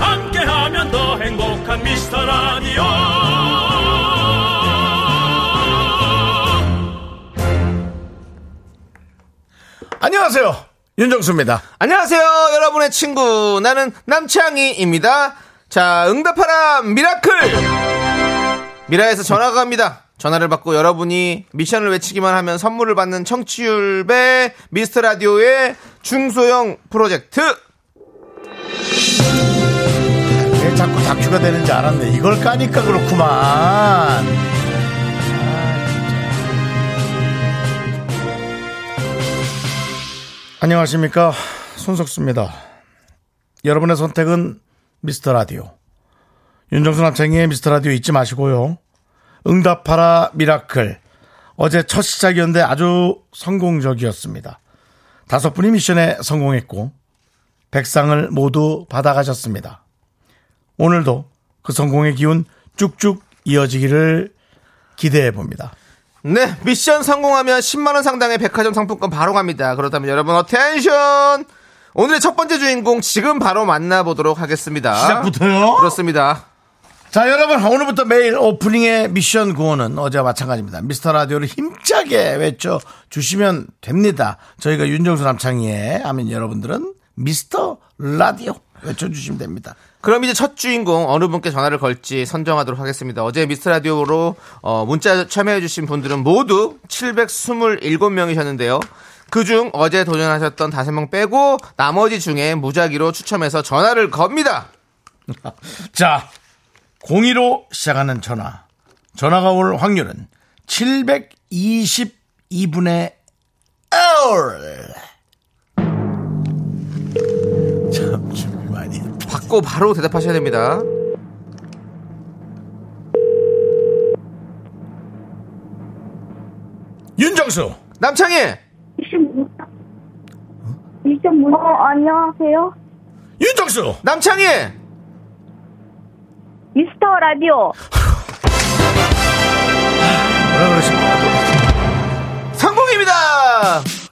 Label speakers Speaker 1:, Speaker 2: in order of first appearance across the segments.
Speaker 1: 함께하면 더 행복한 미스터 라디오
Speaker 2: 안녕하세요. 윤정수입니다.
Speaker 3: 안녕하세요, 여러분의 친구. 나는 남창희입니다. 자, 응답하라, 미라클! 미라에서 전화가 갑니다. 전화를 받고 여러분이 미션을 외치기만 하면 선물을 받는 청취율 배 미스터 라디오의 중소형 프로젝트.
Speaker 2: 왜 자꾸 다큐가 되는지 알았네. 이걸 까니까 그렇구만. 안녕하십니까. 손석수입니다. 여러분의 선택은 미스터 라디오. 윤정수 남창희의 미스터 라디오 잊지 마시고요. 응답하라 미라클. 어제 첫 시작이었는데 아주 성공적이었습니다. 다섯 분이 미션에 성공했고, 백상을 모두 받아가셨습니다. 오늘도 그 성공의 기운 쭉쭉 이어지기를 기대해 봅니다.
Speaker 3: 네, 미션 성공하면 10만원 상당의 백화점 상품권 바로 갑니다. 그렇다면 여러분, 어텐션! 오늘의 첫 번째 주인공 지금 바로 만나보도록 하겠습니다.
Speaker 2: 시작부터요?
Speaker 3: 그렇습니다.
Speaker 2: 자, 여러분, 오늘부터 매일 오프닝의 미션 구호는 어제와 마찬가지입니다. 미스터 라디오를 힘차게 외쳐 주시면 됩니다. 저희가 윤정수 남창희의 하면 여러분들은 미스터 라디오 외쳐 주시면 됩니다.
Speaker 3: 그럼 이제 첫 주인공 어느 분께 전화를 걸지 선정하도록 하겠습니다. 어제 미스터라디오로 어, 문자 참여해주신 분들은 모두 727명이셨는데요. 그중 어제 도전하셨던 5명 빼고 나머지 중에 무작위로 추첨해서 전화를 겁니다.
Speaker 2: 자, 02로 시작하는 전화. 전화가 올 확률은 722분의 1. 참, 좀 많이.
Speaker 3: 받고 바로 대답하셔야 됩니다.
Speaker 2: 윤정수!
Speaker 3: 남창희!
Speaker 4: 어, 안녕하세요.
Speaker 2: 윤정수!
Speaker 3: 남창희!
Speaker 4: 미스터 라디오.
Speaker 2: 뭐라 그러십니까?
Speaker 3: 성공입니다!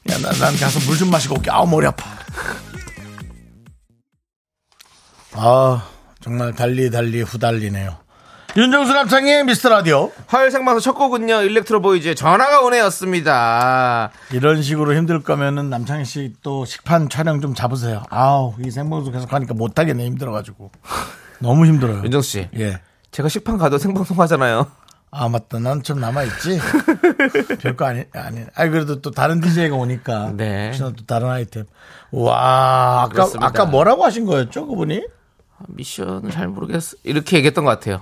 Speaker 2: 야, 나, 난 가서 물 좀 마시고 올게. 아우, 머리 아파. 아, 정말 달리 달리 후달리네요. 윤정수 남창의 미스터 라디오.
Speaker 3: 화요일 생방송 첫 곡은요, 일렉트로 보이즈의 전화가 오네였습니다.
Speaker 2: 이런 식으로 힘들 거면은 남창희 씨 또 식판 촬영 좀 잡으세요. 아우 이 생방송 계속 하니까 못 하겠네 힘들어가지고 너무 힘들어요.
Speaker 3: 윤정씨,
Speaker 2: 예.
Speaker 3: 제가 식판 가도 생방송 하잖아요.
Speaker 2: 아 맞다 난 좀 남아 있지. 별거 아니 아니. 아니 그래도 또 다른 DJ가 오니까.
Speaker 3: 네.
Speaker 2: 혹시나 또 다른 아이템. 와 아까
Speaker 3: 그렇습니다.
Speaker 2: 아까 뭐라고 하신 거였죠 그분이?
Speaker 3: 미션을 잘 모르겠어 이렇게 얘기했던 것 같아요.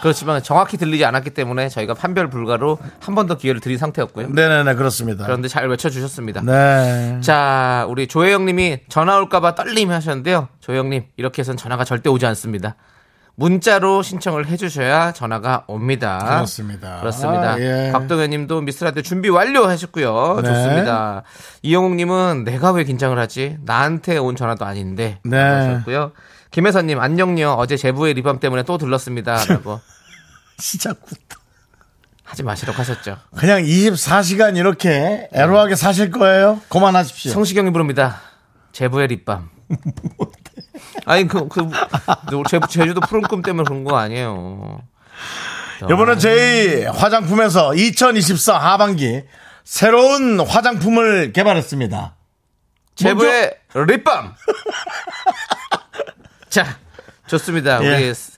Speaker 3: 그렇지만 정확히 들리지 않았기 때문에 저희가 판별 불가로 한 번 더 기회를 드린 상태였고요.
Speaker 2: 네네네 그렇습니다.
Speaker 3: 그런데 잘 외쳐주셨습니다.
Speaker 2: 네.
Speaker 3: 자, 우리 조혜영님이 전화 올까봐 떨림 하셨는데요. 조혜영님 이렇게 해선 전화가 절대 오지 않습니다. 문자로 신청을 해주셔야 전화가 옵니다.
Speaker 2: 그렇습니다.
Speaker 3: 그렇습니다.
Speaker 2: 아, 예.
Speaker 3: 박동현님도 미스라드 준비 완료 하셨고요.
Speaker 2: 네.
Speaker 3: 좋습니다. 이영욱님은 내가 왜 긴장을 하지? 나한테 온 전화도 아닌데.
Speaker 2: 네.
Speaker 3: 하셨고요. 김혜선님 안녕요. 어제 제부의 리밤 때문에 또 들렀습니다라고
Speaker 2: 진짜 굳다.
Speaker 3: 하지 마시라고 하셨죠.
Speaker 2: 그냥 24시간 이렇게 애로하게 사실 거예요? 그만하십시오.
Speaker 3: 성시경이 부릅니다. 제부의 립밤. 아니 그그 뭐, 제부 제주도 푸른꿈 때문에 그런 거 아니에요. 어.
Speaker 2: 이번엔 제이 화장품에서 2024 하반기 새로운 화장품을 개발했습니다.
Speaker 3: 제부의 립밤. 자, 좋습니다.
Speaker 2: 예.
Speaker 3: 우리 스-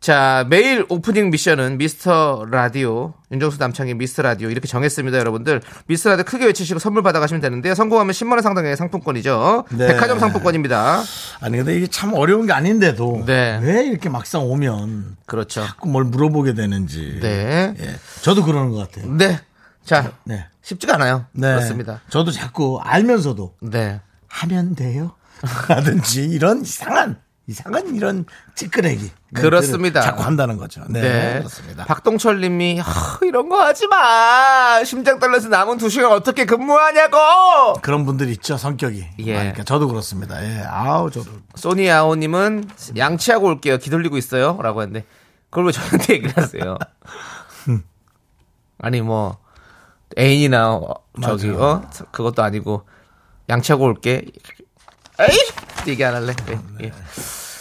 Speaker 3: 자 매일 오프닝 미션은 미스터 라디오 윤정수 남창희 미스터 라디오 이렇게 정했습니다, 여러분들. 미스터 라디오 크게 외치시고 선물 받아가시면 되는데요. 성공하면 10만 원 상당의 상품권이죠.
Speaker 2: 네.
Speaker 3: 백화점 상품권입니다.
Speaker 2: 아니 근데 이게 참 어려운 게 아닌데도
Speaker 3: 네.
Speaker 2: 왜 이렇게 막상 오면
Speaker 3: 그렇죠.
Speaker 2: 자꾸 뭘 물어보게 되는지.
Speaker 3: 네,
Speaker 2: 예, 저도 그러는 것 같아요.
Speaker 3: 네. 자,
Speaker 2: 네.
Speaker 3: 쉽지가 않아요.
Speaker 2: 네.
Speaker 3: 그렇습니다.
Speaker 2: 저도 자꾸 알면서도
Speaker 3: 네.
Speaker 2: 하면 돼요. 라든지 이런 이상한 이상한 이런 찌끄레기.
Speaker 3: 그렇습니다.
Speaker 2: 멘트를 자꾸 한다는 거죠. 네,
Speaker 3: 네.
Speaker 2: 그렇습니다.
Speaker 3: 박동철 님이, "아, 이런 거 하지 마! 심장 떨려서 남은 두 시간 어떻게 근무하냐고!
Speaker 2: 그런 분들 있죠 성격이.
Speaker 3: 예.
Speaker 2: 그러니까 저도 그렇습니다. 예, 아우 저도
Speaker 3: 소니 아오 님은, 양치하고 올게요. 기돌리고 있어요. 라고 했는데, 그걸 왜 저한테 얘기를 하세요? 아니, 뭐, 애인이나, 어, 저기, 어? 그것도 아니고, 양치하고 올게. 에이! 얘기 안 할래.
Speaker 2: 네,
Speaker 3: 예, 예.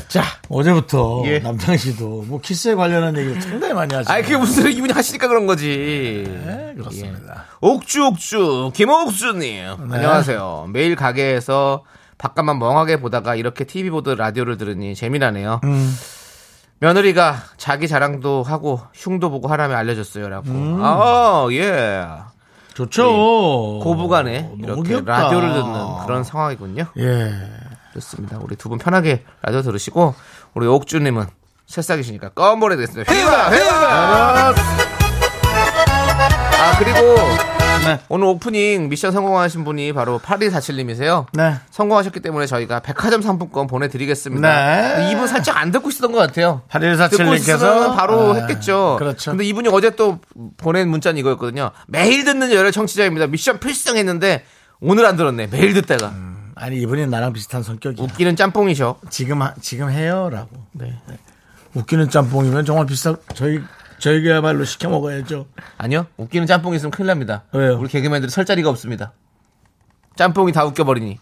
Speaker 2: 자 어제부터
Speaker 3: 예.
Speaker 2: 남창 씨도 뭐 키스에 관련한 얘기를 상당히 많이 예. 하시죠.
Speaker 3: 아이, 그게 무슨 소리 기분이 하시니까 그런 거지.
Speaker 2: 네, 그렇습니다.
Speaker 3: 옥주옥주
Speaker 2: 네.
Speaker 3: 김옥주님 안녕하세요 매일 가게에서 바깥만 멍하게 보다가 이렇게 TV 보듯 라디오를 들으니 재미나네요
Speaker 2: 음.
Speaker 3: 며느리가 자기 자랑도 하고 흉도 보고 하라며 알려줬어요라고
Speaker 2: 음.
Speaker 3: 아예
Speaker 2: 좋죠.
Speaker 3: 예. 고부간에
Speaker 2: 어, 너무
Speaker 3: 이렇게
Speaker 2: 귀엽다.
Speaker 3: 라디오를 듣는 그런 상황이군요
Speaker 2: 예.
Speaker 3: 좋습니다 우리 두 분 편하게 라디오 들으시고 우리 옥주님은 새싹이시니까 껌보내 되겠습니다 휘바 휘바 아 그리고
Speaker 2: 네.
Speaker 3: 오늘 오프닝 미션 성공하신 분이 바로 8247님이세요.
Speaker 2: 네.
Speaker 3: 성공하셨기 때문에 저희가 백화점 상품권 보내드리겠습니다.
Speaker 2: 네.
Speaker 3: 이분 살짝 안 듣고 있었던 것 같아요. 듣고
Speaker 2: 8147님께서 아,
Speaker 3: 있으면 바로 했겠죠.
Speaker 2: 그렇죠.
Speaker 3: 근데 이분이 어제 또 보낸 문자는 이거였거든요. 매일 듣는 열혈 청취자입니다. 미션 필승 했는데 오늘 안 들었네. 매일 듣다가.
Speaker 2: 음. 아니 이분이 나랑 비슷한 성격이야.
Speaker 3: 웃기는 짬뽕이셔.
Speaker 2: 지금 하- 지금 해요라고. 네. 웃기는 짬뽕이면 정말 비싸. 저희 저희가야말로 시켜 먹어야죠.
Speaker 3: 아니요. 웃기는 짬뽕이 있으면 큰일 납니다.
Speaker 2: 왜요?
Speaker 3: 우리 개그맨들이 설 자리가 없습니다. 짬뽕이 다 웃겨버리니.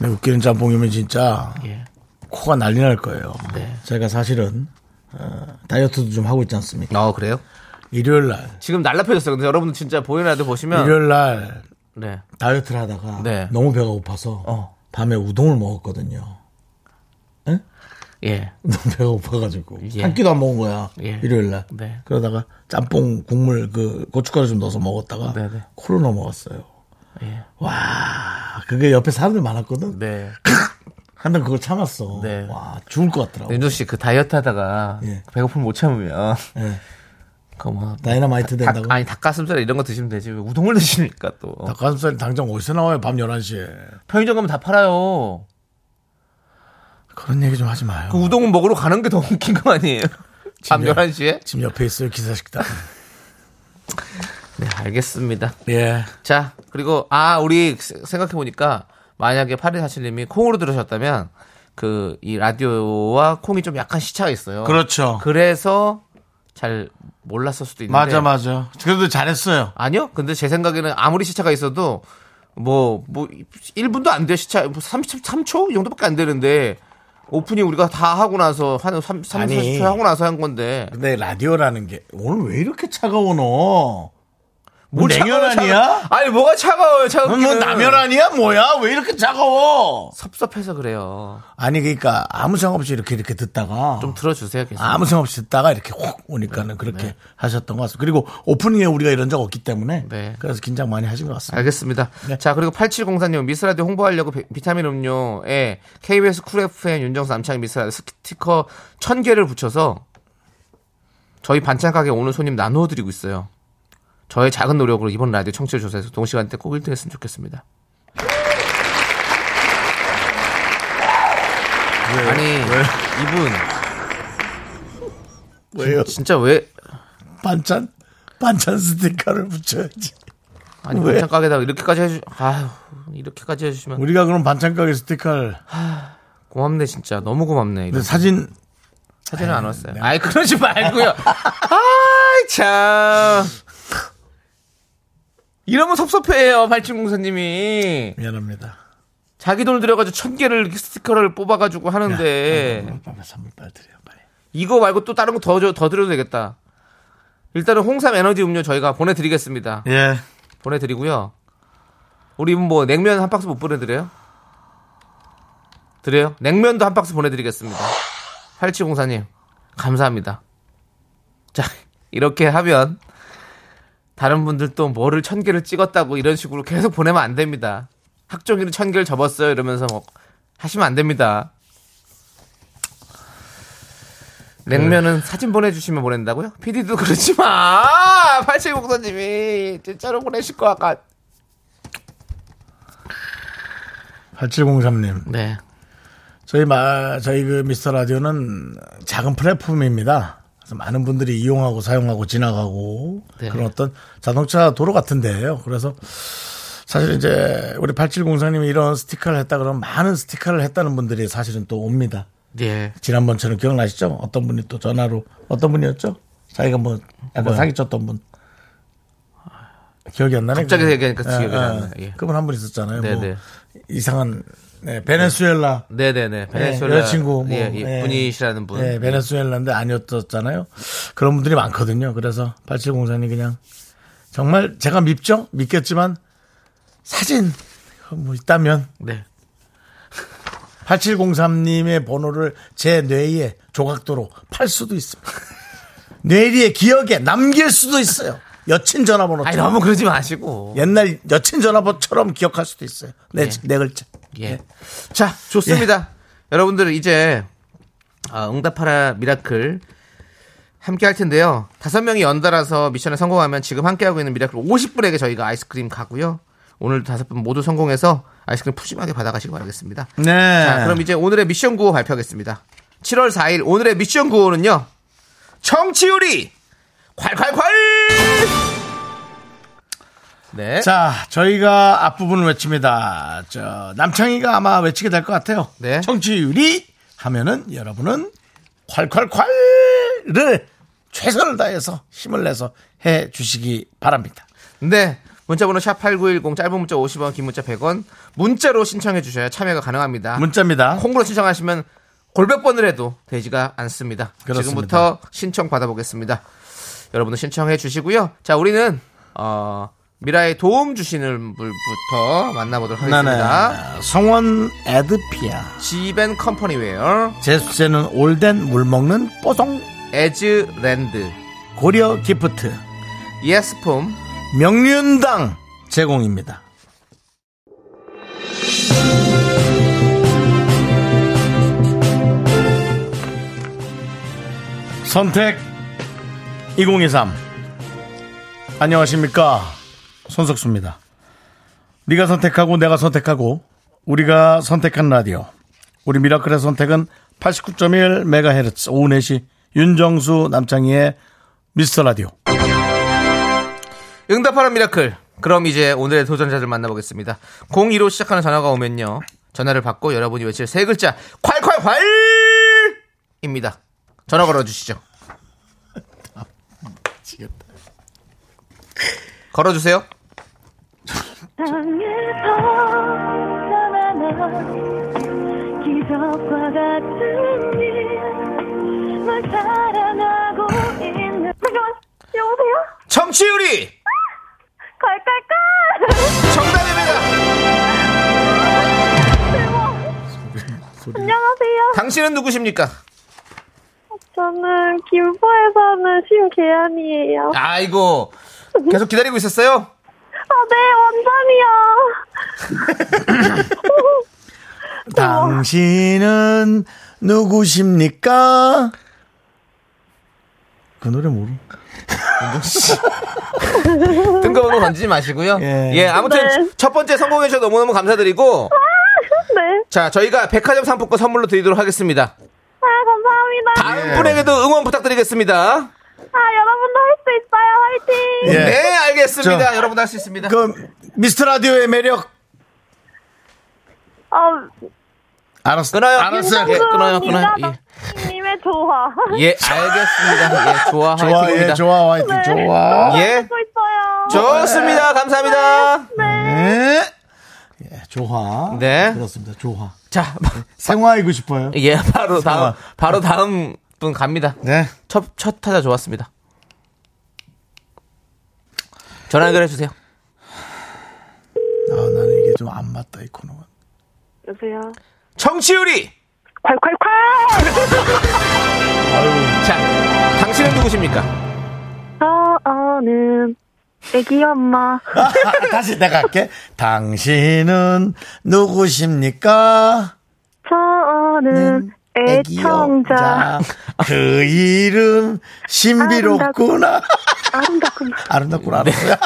Speaker 2: 네, 웃기는 짬뽕이면 진짜 코가 난리 날 거예요.
Speaker 3: 네.
Speaker 2: 제가 사실은 어, 다이어트도 좀 하고 있지 않습니까?
Speaker 3: 어, 그래요?
Speaker 2: 일요일 날
Speaker 3: 지금 날라펴졌어요. 근데 여러분들 진짜 보이는 라디오 보시면.
Speaker 2: 일요일 날
Speaker 3: 네.
Speaker 2: 다이어트를 하다가
Speaker 3: 네.
Speaker 2: 너무 배가 고파서
Speaker 3: 어.
Speaker 2: 밤에 우동을 먹었거든요.
Speaker 3: 예.
Speaker 2: 너무 배가 고파가지고
Speaker 3: 예.
Speaker 2: 한 끼도 안 먹은 거야
Speaker 3: 예.
Speaker 2: 일요일 날
Speaker 3: 네.
Speaker 2: 그러다가 짬뽕 국물 그 고춧가루 좀 넣어서 먹었다가
Speaker 3: 네, 네.
Speaker 2: 코로 넘어갔어요
Speaker 3: 예.
Speaker 2: 와 그게 옆에 사람들 많았거든
Speaker 3: 네.
Speaker 2: 한달 그걸 참았어
Speaker 3: 네.
Speaker 2: 와 죽을 것 같더라고
Speaker 3: 윤종 씨, 그 다이어트 하다가
Speaker 2: 예.
Speaker 3: 배고픔 못 참으면,
Speaker 2: 예.
Speaker 3: 그 뭐,
Speaker 2: 다이너마이트
Speaker 3: 닭,
Speaker 2: 된다고
Speaker 3: 아니, 닭가슴살 이런 거 드시면 되지. 왜 우동을 드십니까, 또.
Speaker 2: 닭가슴살 당장 어디서 나와요 밤 11시에
Speaker 3: 편의점 가면 다 팔아요.
Speaker 2: 그런 얘기 좀 하지 마요
Speaker 3: 그 우동은 먹으러 가는 게 더 웃긴 거 아니에요? 밤
Speaker 2: 진짜.
Speaker 3: 11시에?
Speaker 2: 지금 옆에 있어요 기사식당
Speaker 3: 네, 알겠습니다.
Speaker 2: 예
Speaker 3: 자, 그리고, 아, 우리 생각해보니까, 만약에 8247님이 콩으로 들으셨다면, 그, 이 라디오와 콩이 좀 약간 시차가 있어요.
Speaker 2: 그렇죠
Speaker 3: 그래서 잘 몰랐을 수도 있는데.
Speaker 2: 맞아 맞아 그래도 잘했어요
Speaker 3: 아니요. 근데 제 생각에는 아무리 시차가 있어도 뭐 뭐 1분도 안 돼 시차 뭐 33초 이 정도밖에 안 되는데 오프닝 우리가 다 하고 나서 한 3, 3
Speaker 2: 아니.
Speaker 3: 40초 하고 나서 한 건데
Speaker 2: 근데 라디오라는 게 오늘 왜 이렇게 차가워 너? 뭐 냉면
Speaker 3: 차가워요,
Speaker 2: 아니야?
Speaker 3: 차가워. 아니 뭐가 차가워요?
Speaker 2: 너
Speaker 3: 차가운
Speaker 2: 뭐
Speaker 3: 게
Speaker 2: 라면 아니야? 뭐야? 왜 이렇게 차가워?
Speaker 3: 섭섭해서 그래요.
Speaker 2: 아니 그러니까 아무 생각 없이 이렇게 이렇게 듣다가
Speaker 3: 좀 들어주세요. 계속.
Speaker 2: 아무 생각 없이 듣다가 이렇게 확 오니까는 그렇게 하셨던 것 같습니다. 그리고 오프닝에 우리가 이런 적 없기 때문에
Speaker 3: 네.
Speaker 2: 그래서 긴장 많이 하신 것 같습니다.
Speaker 3: 아, 알겠습니다.
Speaker 2: 네.
Speaker 3: 자, 그리고 8704님, 미스라디오 홍보하려고 비- 비타민 음료에 KBS 쿨 FM 윤정수 남창희 미스라디오 스티커 1000개를 붙여서 저희 반찬 가게 오는 손님 나누어 드리고 있어요. 저의 작은 노력으로 이번 라디오 청취자 조사에서 동시간 대꼭 1등 했으면 좋겠습니다. 아니, 이분
Speaker 2: 왜요?
Speaker 3: 진짜 왜
Speaker 2: 반찬 반찬 스티커를 붙여야지.
Speaker 3: 아니
Speaker 2: 왜?
Speaker 3: 반찬 가게다가 이렇게까지 해주 아유, 이렇게까지 해 주시면
Speaker 2: 우리가 그럼 반찬 가게 스티커를
Speaker 3: 고맙네 진짜. 너무 고맙네.
Speaker 2: 근데 사진
Speaker 3: 사진은 안 왔어요. 아이 그러지 말고요. 아이 참. 이러면 섭섭해요. 발진공사님이
Speaker 2: 미안합니다.
Speaker 3: 자기 돈을 들여가지고 천 개를 이렇게 스티커를 뽑아가지고 하는데
Speaker 2: 빨리 선물 빨리 드려 빨리.
Speaker 3: 이거 말고 또 다른 거 더 더 드려도 되겠다. 일단은 홍삼 에너지 음료 저희가 보내드리겠습니다.
Speaker 2: 예.
Speaker 3: 보내드리고요. 우리 뭐 냉면 한 박스 못 보내드려요? 드려요? 냉면도 한 박스 보내드리겠습니다. 8704님, 감사합니다. 자, 이렇게 하면 다른 분들 또 뭐를 천 개를 찍었다고 이런 식으로 계속 보내면 안 됩니다. 학종이를 천 개를 접었어요 이러면서 뭐 하시면 안 됩니다. 냉면은 사진 보내주시면 보낸다고요? PD도 그러지 마! 8704님이 진짜로 보내실 것 같아.
Speaker 2: 8703님
Speaker 3: 네.
Speaker 2: 저희 말, 저희 그 미스터 라디오는 작은 플랫폼입니다. 그래서 많은 분들이 이용하고 사용하고 지나가고
Speaker 3: 네.
Speaker 2: 그런 어떤 자동차 도로 같은 데예요 그래서 사실 이제 우리 8704님이 이런 스티커를 했다 그러면 많은 스티커를 했다는 분들이 사실은 또 옵니다.
Speaker 3: 예.
Speaker 2: 지난번처럼 기억나시죠? 어떤 분이 또 전화로 어떤 분이었죠? 자기가 뭐 약간 사기쳤던 분 기억이 안 나네.
Speaker 3: 갑자기
Speaker 2: 그분.
Speaker 3: 얘기하니까 기억이 안 나네. 예.
Speaker 2: 그분 한 분 있었잖아요. 뭐
Speaker 3: 네네.
Speaker 2: 이상한 네, 베네수엘라
Speaker 3: 네네네. 베네수엘라
Speaker 2: 예, 여자친구 뭐,
Speaker 3: 예, 예,
Speaker 2: 예.
Speaker 3: 분이시라는 분.
Speaker 2: 예, 베네수엘라인데 아니었잖아요. 그런 분들이 많거든요. 그래서 8704님 그냥 정말 제가 밉죠? 밉겠지만 사진 뭐 있다면
Speaker 3: 네.
Speaker 2: 8703님의 번호를 제 뇌에 조각도로 팔 수도 있습니다. 뇌리의 기억에 남길 수도 있어요. 여친 전화번호.
Speaker 3: 아니 너무 그러지 마시고.
Speaker 2: 옛날 여친 전화번호처럼 기억할 수도 있어요. 내, 내 글자.
Speaker 3: 예. 자, 좋습니다.
Speaker 2: 예.
Speaker 3: 여러분들 이제 아, 응답하라 미라클 함께 할 텐데요. 다섯 명이 연달아서 미션에 성공하면 지금 함께 하고 있는 미라클 50분에게 저희가 아이스크림 가고요. 오늘 다섯 분 모두 성공해서 아이스크림 푸짐하게 받아가시기 바라겠습니다.
Speaker 2: 네.
Speaker 3: 자, 그럼 이제 오늘의 미션 구호 발표하겠습니다. 7월 4일 오늘의 미션 구호는요. 청취율이 콸콸콸! 네.
Speaker 2: 자, 저희가 앞부분을 외칩니다. 저, 남창희가 아마 외치게 될 것 같아요.
Speaker 3: 네.
Speaker 2: 청취율이 하면은 여러분은 콸콸콸을 최선을 다해서 힘을 내서 해 주시기 바랍니다.
Speaker 3: 네. 문자번호 샵8910 짧은 문자 50원 긴 문자 100원 문자로 신청해 주셔야 참여가 가능합니다.
Speaker 2: 문자입니다.
Speaker 3: 아, 콩으로 신청하시면 골백번을 해도 되지가 않습니다.
Speaker 2: 그렇습니다.
Speaker 3: 지금부터 신청 받아보겠습니다. 여러분도 신청해 주시고요. 자 우리는 어, 미라에 도움 주시는 분부터 만나보도록 하겠습니다.
Speaker 2: 나는 성원 에드피아.
Speaker 3: 지벤 컴퍼니웨어
Speaker 2: 제수제는 올덴 물 먹는 뽀송
Speaker 3: 에즈랜드
Speaker 2: 고려 기프트
Speaker 3: 예스폼
Speaker 2: 명륜당 제공입니다. 선택 2023 안녕하십니까 손석수입니다. 네가 선택하고 내가 선택하고 우리가 선택한 라디오 우리 미라클의 선택은 89.1 메가헤르츠 오후 4시 윤정수 남창희의 미스터 라디오
Speaker 3: 응답하라 미라클. 그럼 이제 오늘의 도전자들 만나보겠습니다. 02로 시작하는 전화가 오면요. 전화를 받고 여러분이 외칠 세 글자 콸콸콸 입니다. 전화 걸어주시죠. 걸어주세요.
Speaker 4: 땅에서 나타나 기적과 같은 일널 사랑하고 있는 여보세요?
Speaker 3: 정치율이
Speaker 4: 갈갈깔
Speaker 3: 정답입니다.
Speaker 4: 안녕하세요
Speaker 3: 당신은 누구십니까?
Speaker 4: 저는 김포에 사는 심계안이에요
Speaker 3: 아이고 계속 기다리고 있었어요.
Speaker 4: 아네 원장이요
Speaker 2: 당신은 누구십니까? 그 노래 모르.
Speaker 3: 뜬금없는 거 던지지 마시고요.
Speaker 2: 예.
Speaker 3: 예, 아무튼
Speaker 4: 네.
Speaker 3: 첫 번째 성공해 주셔서 너무너무 감사드리고
Speaker 4: 네.
Speaker 3: 자 저희가 백화점 상품권 선물로 드리도록 하겠습니다.
Speaker 4: 아, 감사합니다.
Speaker 3: 다음
Speaker 2: 예.
Speaker 3: 분에게도 응원 부탁드리겠습니다.
Speaker 4: 아, 여러분도 할 수 있어요. 화이팅!
Speaker 2: 예.
Speaker 3: 네, 알겠습니다.
Speaker 2: 저-
Speaker 3: 여러분 할 수 있습니다.
Speaker 2: 그 미스터 라디오의 매력
Speaker 4: 어,
Speaker 2: 알았어.
Speaker 3: 끊어요.
Speaker 2: 알았어요.
Speaker 3: 예, 끊어요,
Speaker 4: 김성수
Speaker 3: 끊어요. 예.
Speaker 4: 님의 좋아.
Speaker 3: 예, 알겠습니다. 예, 좋아,
Speaker 2: 좋아,
Speaker 3: 화이팅입니다.
Speaker 2: 예, 좋아, 화이팅,
Speaker 4: 네.
Speaker 2: 좋아.
Speaker 3: 예,
Speaker 4: 듣고 있어요.
Speaker 3: 좋습니다. 감사합니다.
Speaker 2: 네. 예, 좋아.
Speaker 3: 네.
Speaker 2: 그렇습니다. 좋아.
Speaker 3: 자,
Speaker 2: 생화이고 싶어요.
Speaker 3: 예, 바로 다음,
Speaker 2: 잠깐만.
Speaker 3: 바로 다음 분 갑니다.
Speaker 2: 네.
Speaker 3: 첫, 첫 타자 좋았습니다. 전화 연결해 주세요.
Speaker 2: 아, 나는 이게 좀 안 맞다 이 코너가.
Speaker 4: 여보세요.
Speaker 3: 정치율이!
Speaker 4: 콸콸콸!
Speaker 3: 자, 당신은 누구십니까?
Speaker 4: 저, 어는, 애기 엄마.
Speaker 2: 다시 내가 할게. 당신은 누구십니까?
Speaker 4: 저, 어는, 애청자.
Speaker 2: 애기여자. 그 이름 신비롭구나.
Speaker 4: 아름답구나.
Speaker 2: 아름답구나. 아름답구나.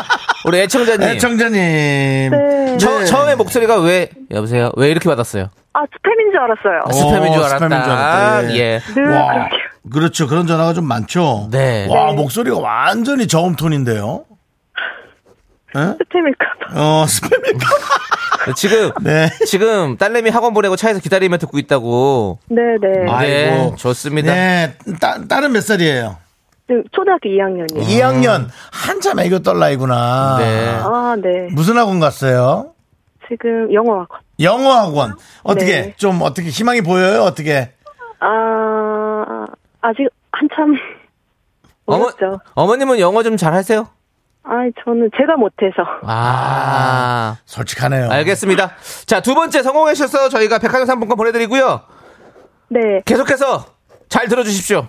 Speaker 3: 우리 애청자님.
Speaker 2: 애청자님.
Speaker 4: 네.
Speaker 3: 처, 음에 목소리가 왜, 여보세요? 왜 이렇게 받았어요?
Speaker 4: 아, 스팸인 줄 알았어요.
Speaker 3: 아, 스팸인 줄
Speaker 2: 어, 스팸인
Speaker 3: 알았다.
Speaker 2: 줄 알았다. 예.
Speaker 3: 예.
Speaker 4: 늘
Speaker 2: 와,
Speaker 4: 아, 그렇게.
Speaker 2: 그렇죠. 그런 전화가 좀 많죠.
Speaker 3: 네.
Speaker 2: 와,
Speaker 4: 네.
Speaker 2: 목소리가 완전히 저음 톤인데요.
Speaker 4: 스팸일까봐.
Speaker 2: 어, 스팸일까?
Speaker 3: 예. 지금
Speaker 2: 네.
Speaker 3: 지금 딸내미 학원 보내고 차에서 기다리며 듣고 있다고.
Speaker 4: 네네.
Speaker 2: 아. 아이고.
Speaker 3: 네, 좋습니다.
Speaker 2: 네. 따, 딸은 몇 살이에요?
Speaker 4: 지금 초등학교
Speaker 3: 예.
Speaker 4: 2학년이에요.
Speaker 2: 2학년. 한참 애교 떨 나이구나.
Speaker 3: 네.
Speaker 4: 아, 음. 네.
Speaker 2: 무슨 학원 갔어요?
Speaker 4: 지금 영어학원.
Speaker 2: 영어 학원. 어떻게,
Speaker 4: 네.
Speaker 2: 좀, 어떻게, 희망이 보여요? 어떻게?
Speaker 4: 아, 아직 한참.
Speaker 3: 어머,
Speaker 4: 어렵죠.
Speaker 3: 어머님은 영어 좀 잘하세요?
Speaker 4: 아니, 저는 제가 못해서.
Speaker 3: 아,
Speaker 2: 솔직하네요.
Speaker 3: 알겠습니다. 자, 두 번째 성공하셔서 저희가 백화점 상품권 보내드리고요.
Speaker 4: 네.
Speaker 3: 계속해서 잘 들어주십시오.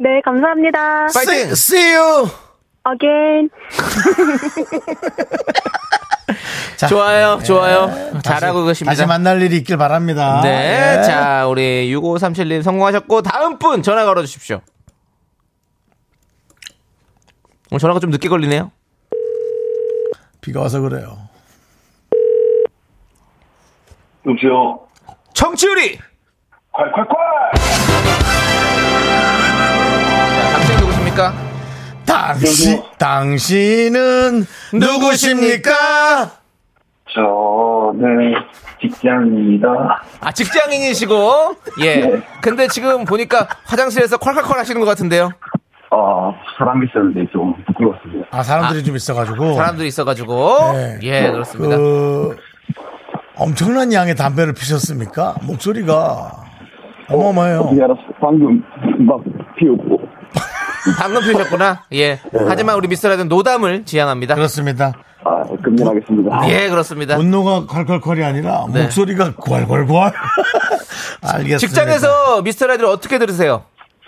Speaker 4: 네, 감사합니다.
Speaker 3: 파이팅!
Speaker 2: See, see you!
Speaker 4: Again.
Speaker 2: 자,
Speaker 3: 좋아요, 좋아요. 잘하고
Speaker 2: 다시-
Speaker 3: 계십니다.
Speaker 2: 다시 만날 일이 있길 바랍니다.
Speaker 3: 네,
Speaker 2: 예.
Speaker 3: 자, 우리 6537님 성공하셨고, 다음 분 전화 걸어주십시오. 오늘 어, 전화가 좀 늦게 걸리네요.
Speaker 2: 비가 와서 그래요.
Speaker 5: 여보세요.
Speaker 3: 청취율이!
Speaker 5: 콸콸콸!
Speaker 3: 자, 당신 누구십니까?
Speaker 2: 당신,
Speaker 5: 여보.
Speaker 2: 당신은 누구십니까?
Speaker 5: 저는 직장입니다.
Speaker 3: 아, 직장인이시고, 예.
Speaker 5: 네.
Speaker 3: 근데 지금 보니까 화장실에서 콸콸콸 하시는 것 같은데요.
Speaker 5: 어, 사람 비싸는데 좀 부끄러웠습니다.
Speaker 2: 아, 사람들이 좀 있어가지고.
Speaker 3: 사람들이 있어가지고,
Speaker 2: 네.
Speaker 3: 예, 그렇습니다.
Speaker 2: 그, 엄청난 양의 담배를 피셨습니까? 목소리가 어마어마해요.
Speaker 5: 어떻게 예, 알았어? 방금 막 피웠고.
Speaker 3: 방금 피우셨구나. 예. 하지만 우리 미스터라는 노담을 지향합니다.
Speaker 2: 그렇습니다.
Speaker 5: 아, 금연하겠습니다.
Speaker 3: 예, 그렇습니다.
Speaker 2: 분노가 콸콸콸이 아니라
Speaker 3: 네.
Speaker 2: 목소리가 괄괄괄. 알겠습니다.
Speaker 3: 직장에서 미스터라디오를 어떻게 들으세요?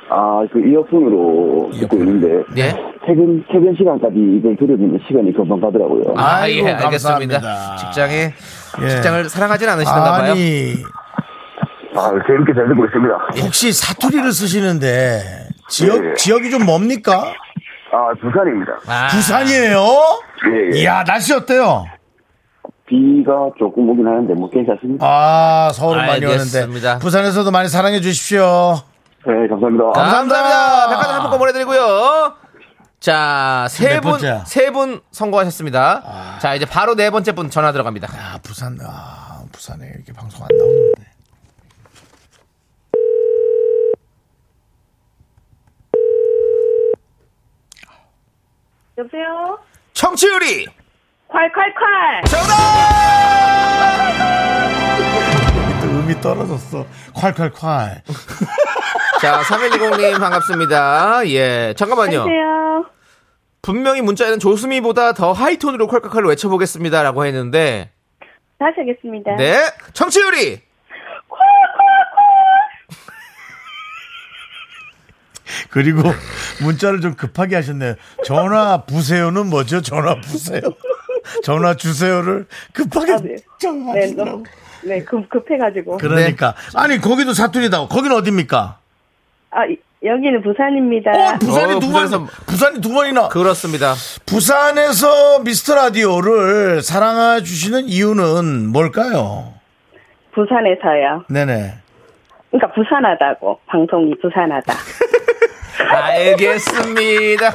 Speaker 5: 아, 그 이어폰으로 네. 듣고 있는데.
Speaker 3: 예.
Speaker 5: 퇴근, 퇴근 시간까지 이걸 들으면 시간이 금방 가더라고요.
Speaker 3: 아,
Speaker 2: 아이고,
Speaker 3: 예, 알겠습니다.
Speaker 2: 감사합니다.
Speaker 3: 직장에,
Speaker 2: 예.
Speaker 3: 직장을 사랑하진 않으시는가 봐요.
Speaker 2: 아니,
Speaker 5: 아, 재밌게 잘 듣고 있습니다.
Speaker 3: 예.
Speaker 2: 혹시 사투리를 쓰시는데 지역
Speaker 5: 예.
Speaker 2: 지역이 좀 뭡니까?
Speaker 5: 아, 부산입니다.
Speaker 3: 아,
Speaker 2: 부산이에요?
Speaker 5: 예, 예.
Speaker 2: 이야 날씨 어때요?
Speaker 5: 비가 조금 오긴 하는데 뭐 괜찮습니다.
Speaker 2: 아 서울은 많이
Speaker 3: 알겠습니다.
Speaker 2: 오는데 부산에서도 많이 사랑해 주십시오.
Speaker 5: 네, 감사합니다.
Speaker 3: 아,
Speaker 6: 아,
Speaker 3: 감사합니다.
Speaker 2: 감사합니다.
Speaker 3: 백화점 상품권 보내드리고요. 자, 세
Speaker 2: 몇
Speaker 3: 분,
Speaker 2: 네 번째야?
Speaker 3: 세 분 성공하셨습니다. 자, 이제 바로 네 번째 분 전화 들어갑니다.
Speaker 2: 아 부산 아 부산에 이렇게 방송 안 나오는데.
Speaker 4: 여보세요?
Speaker 3: 청취율이!
Speaker 4: 콸콸콸!
Speaker 2: 또 음이 떨어졌어. 콸콸콸.
Speaker 3: 자, 3120님 반갑습니다. 예, 잠깐만요.
Speaker 4: 안녕하세요.
Speaker 3: 분명히 문자에는 조수미보다 더 하이톤으로 콜카칼로 외쳐보겠습니다. 라고 했는데,
Speaker 4: 다시 하겠습니다.
Speaker 3: 네, 청취율이!
Speaker 2: 그리고 문자를 좀 급하게 하셨네요. 전화 부세요는 뭐죠? 전화 부세요. 전화 주세요를 급하게
Speaker 4: 아, 네. 네,
Speaker 2: 정하시더라고.
Speaker 4: 너무, 네, 급, 급해가지고.
Speaker 2: 그러니까 아니 거기도 사투리다. 거긴 어딥니까?
Speaker 4: 아, 이- 여기는 부산입니다.
Speaker 2: 어 부산이
Speaker 3: 어,
Speaker 2: 두
Speaker 3: 부산에서-
Speaker 2: 번, 부산이 두 번이나.
Speaker 3: 그렇습니다.
Speaker 2: 부산에서 미스터 라디오를 사랑해 주시는 이유는 뭘까요?
Speaker 4: 부산에서요.
Speaker 2: 네네.
Speaker 4: 그러니까 부산하다고. 방송이 부산하다.
Speaker 3: 알겠습니다.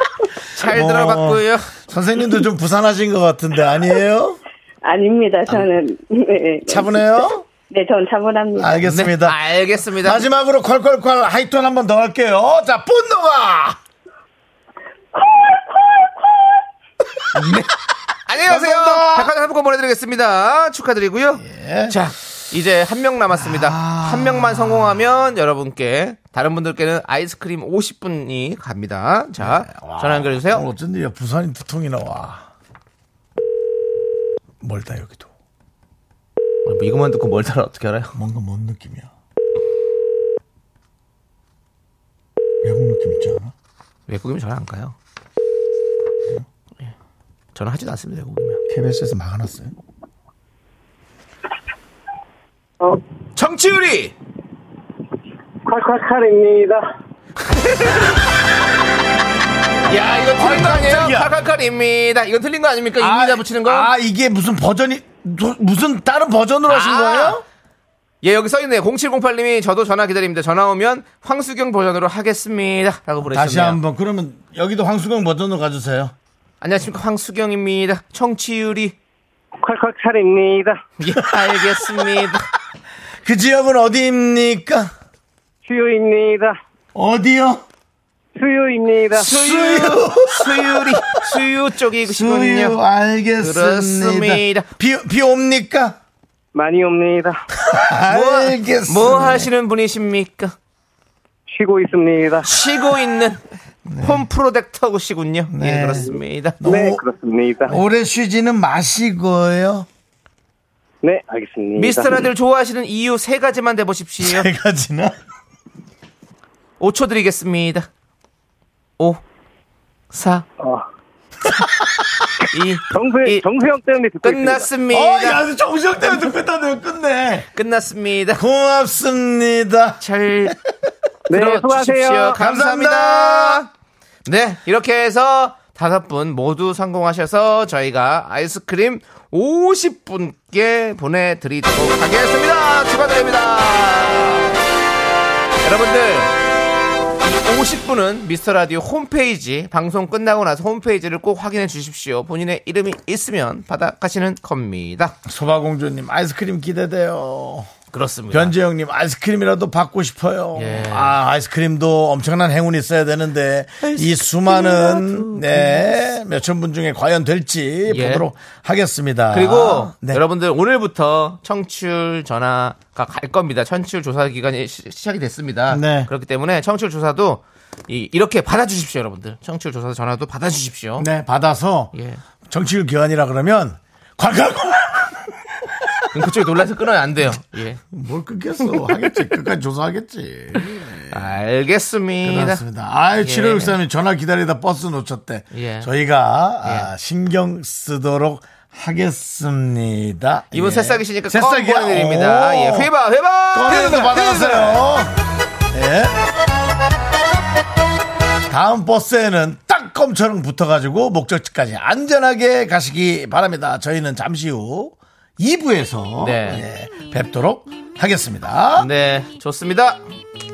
Speaker 3: 잘
Speaker 2: 어,
Speaker 3: 들어봤고요.
Speaker 2: 선생님도 좀 부산하신 것 같은데 아니에요?
Speaker 4: 아닙니다. 저는 네,
Speaker 2: 차분해요?
Speaker 4: 네, 저는 차분합니다.
Speaker 2: 알겠습니다.
Speaker 3: 네, 알겠습니다.
Speaker 2: 마지막으로 콸콸콸 하이톤 한 번 더 할게요. 자, 분노가!
Speaker 3: 안녕히 가세요.
Speaker 2: 감사합니다. 예.
Speaker 3: 백화점 상품권 보내드리겠습니다. 축하드리고요. 자, 이제 한 명
Speaker 2: 아.
Speaker 3: 남았습니다. 한 명만 성공하면 여러분께 다른 분들께는 아이스크림 50분이 갑니다. 자, 전화 연결해
Speaker 2: 어,
Speaker 3: 주세요.
Speaker 2: 어쩐지 야, 부산이 두 통이나 와. 멀다, 여기도.
Speaker 3: 이거만 듣고 뭘 따라 어떻게 알아요?
Speaker 2: 뭔가 뭔 느낌이야. 외국 느낌 있지 않아?
Speaker 3: 외국이면 전화 안 가요. 예. 전화 하지도 않습니다. 외국이면.
Speaker 2: KBS에서 막아놨어요.
Speaker 3: 정치율이
Speaker 5: 네. 칼칼칼입니다.
Speaker 3: 야 이거 틀린 거 아니에요?
Speaker 2: 깜짝이야.
Speaker 3: 칼칼칼입니다. 이건 틀린 거 아닙니까?
Speaker 2: 아,
Speaker 3: 입니다 붙이는 거.
Speaker 2: 아, 이게 무슨 버전이, 도- 무슨 다른 버전으로 하신
Speaker 3: 아,
Speaker 2: 거예요?
Speaker 3: 예, 여기 써있네요. 0708님이 저도 전화 기다립니다. 전화 오면 황수경 버전으로 하겠습니다. 라고 보내주셨네요.
Speaker 2: 다시 한번 그러면 여기도 황수경 버전으로 가주세요.
Speaker 3: 안녕하십니까. 황수경입니다. 청취율이.
Speaker 7: 콸콸 차례입니다.
Speaker 3: 예, 알겠습니다.
Speaker 2: 그 지역은 어디입니까?
Speaker 7: 수요입니다.
Speaker 2: 어디요?
Speaker 7: 수요입니다.
Speaker 3: 수유, 수유리, 수유 쪽이시군요.
Speaker 2: 수유 알겠습니다.
Speaker 3: 그렇습니다.
Speaker 2: 비, 비 옵니까?
Speaker 7: 많이 옵니다.
Speaker 3: 뭐,
Speaker 2: 알겠습니다.
Speaker 3: 뭐 하시는 분이십니까?
Speaker 7: 쉬고 있습니다.
Speaker 3: 쉬고 있는 홈 프로젝터시군요.
Speaker 2: 네.
Speaker 3: 예, 그렇습니다.
Speaker 6: 어?
Speaker 7: 네,
Speaker 2: 오-
Speaker 7: 그렇습니다.
Speaker 2: 오래 쉬지는 마시고요.
Speaker 7: 네, 알겠습니다.
Speaker 3: 미스터라들 좋아하시는 이유 세 가지만 대보십시오.
Speaker 2: 세 가지나?
Speaker 3: 5초 드리겠습니다. 5, 4,
Speaker 7: 어,
Speaker 3: 2,
Speaker 7: 정수,
Speaker 3: 이-
Speaker 7: 정수영 때문에 듣고
Speaker 2: 어,
Speaker 3: 끝났습니다.
Speaker 2: 야, 정수영 때문에 듣고 있다는 끝내.
Speaker 3: 끝났습니다.
Speaker 2: 고맙습니다.
Speaker 3: 잘
Speaker 7: 네,
Speaker 3: 들어주십시오.
Speaker 7: 수고하세요.
Speaker 3: 감사합니다.
Speaker 2: 감사합니다.
Speaker 3: 네, 이렇게 해서 다섯 분 모두 성공하셔서 저희가 아이스크림 50분께 보내드리도록 하겠습니다. 축하드립니다. 여러분들, 50분은 미스터 라디오 홈페이지 방송 끝나고 나서 홈페이지를 꼭 확인해 주십시오. 본인의 이름이 있으면 받아가시는 겁니다.
Speaker 2: 소바공주님, 아이스크림 기대돼요.
Speaker 3: 그렇습니다.
Speaker 2: 변재영님, 아이스크림이라도 받고 싶어요.
Speaker 3: 예.
Speaker 2: 아, 아이스크림도 엄청난 행운이 있어야 되는데, 이 수많은, 네, 몇천 분 중에 과연 될지
Speaker 3: 예.
Speaker 2: 보도록 하겠습니다.
Speaker 3: 그리고
Speaker 2: 네.
Speaker 3: 여러분들 오늘부터 청취율 전화가 갈 겁니다. 청취율 조사 기간이 시, 작이 됐습니다.
Speaker 2: 네.
Speaker 3: 그렇기 때문에 청취율 조사도 이, 렇게 받아주십시오, 여러분들. 청취율 조사 전화도 받아주십시오.
Speaker 2: 네, 받아서
Speaker 3: 예.
Speaker 2: 정치율 교환이라 그러면, 콸콸콸!
Speaker 3: 그럼 그쪽이 놀라서 끊어야 안 돼요. 예.
Speaker 2: 뭘 끊겠어. 하겠지. 끝까지 조사하겠지.
Speaker 3: 알겠습니다.
Speaker 2: 그렇습니다. 아유, 7563님 전화 기다리다 버스 놓쳤대.
Speaker 3: 예.
Speaker 2: 저희가
Speaker 3: 예.
Speaker 2: 아, 신경 쓰도록 하겠습니다.
Speaker 3: 이분
Speaker 2: 예.
Speaker 3: 새싹이시니까
Speaker 2: 새싹이야?
Speaker 3: 껌 보내드립니다.
Speaker 2: 오.
Speaker 3: 예. 회바, 회바!
Speaker 2: 꺼내서 어, 받아가세요. 예. 다음 버스에는 딱 껌처럼 붙어가지고 목적지까지 안전하게 가시기 바랍니다. 저희는 잠시 후 2부에서
Speaker 3: 네.
Speaker 2: 뵙도록 하겠습니다.
Speaker 3: 네, 좋습니다.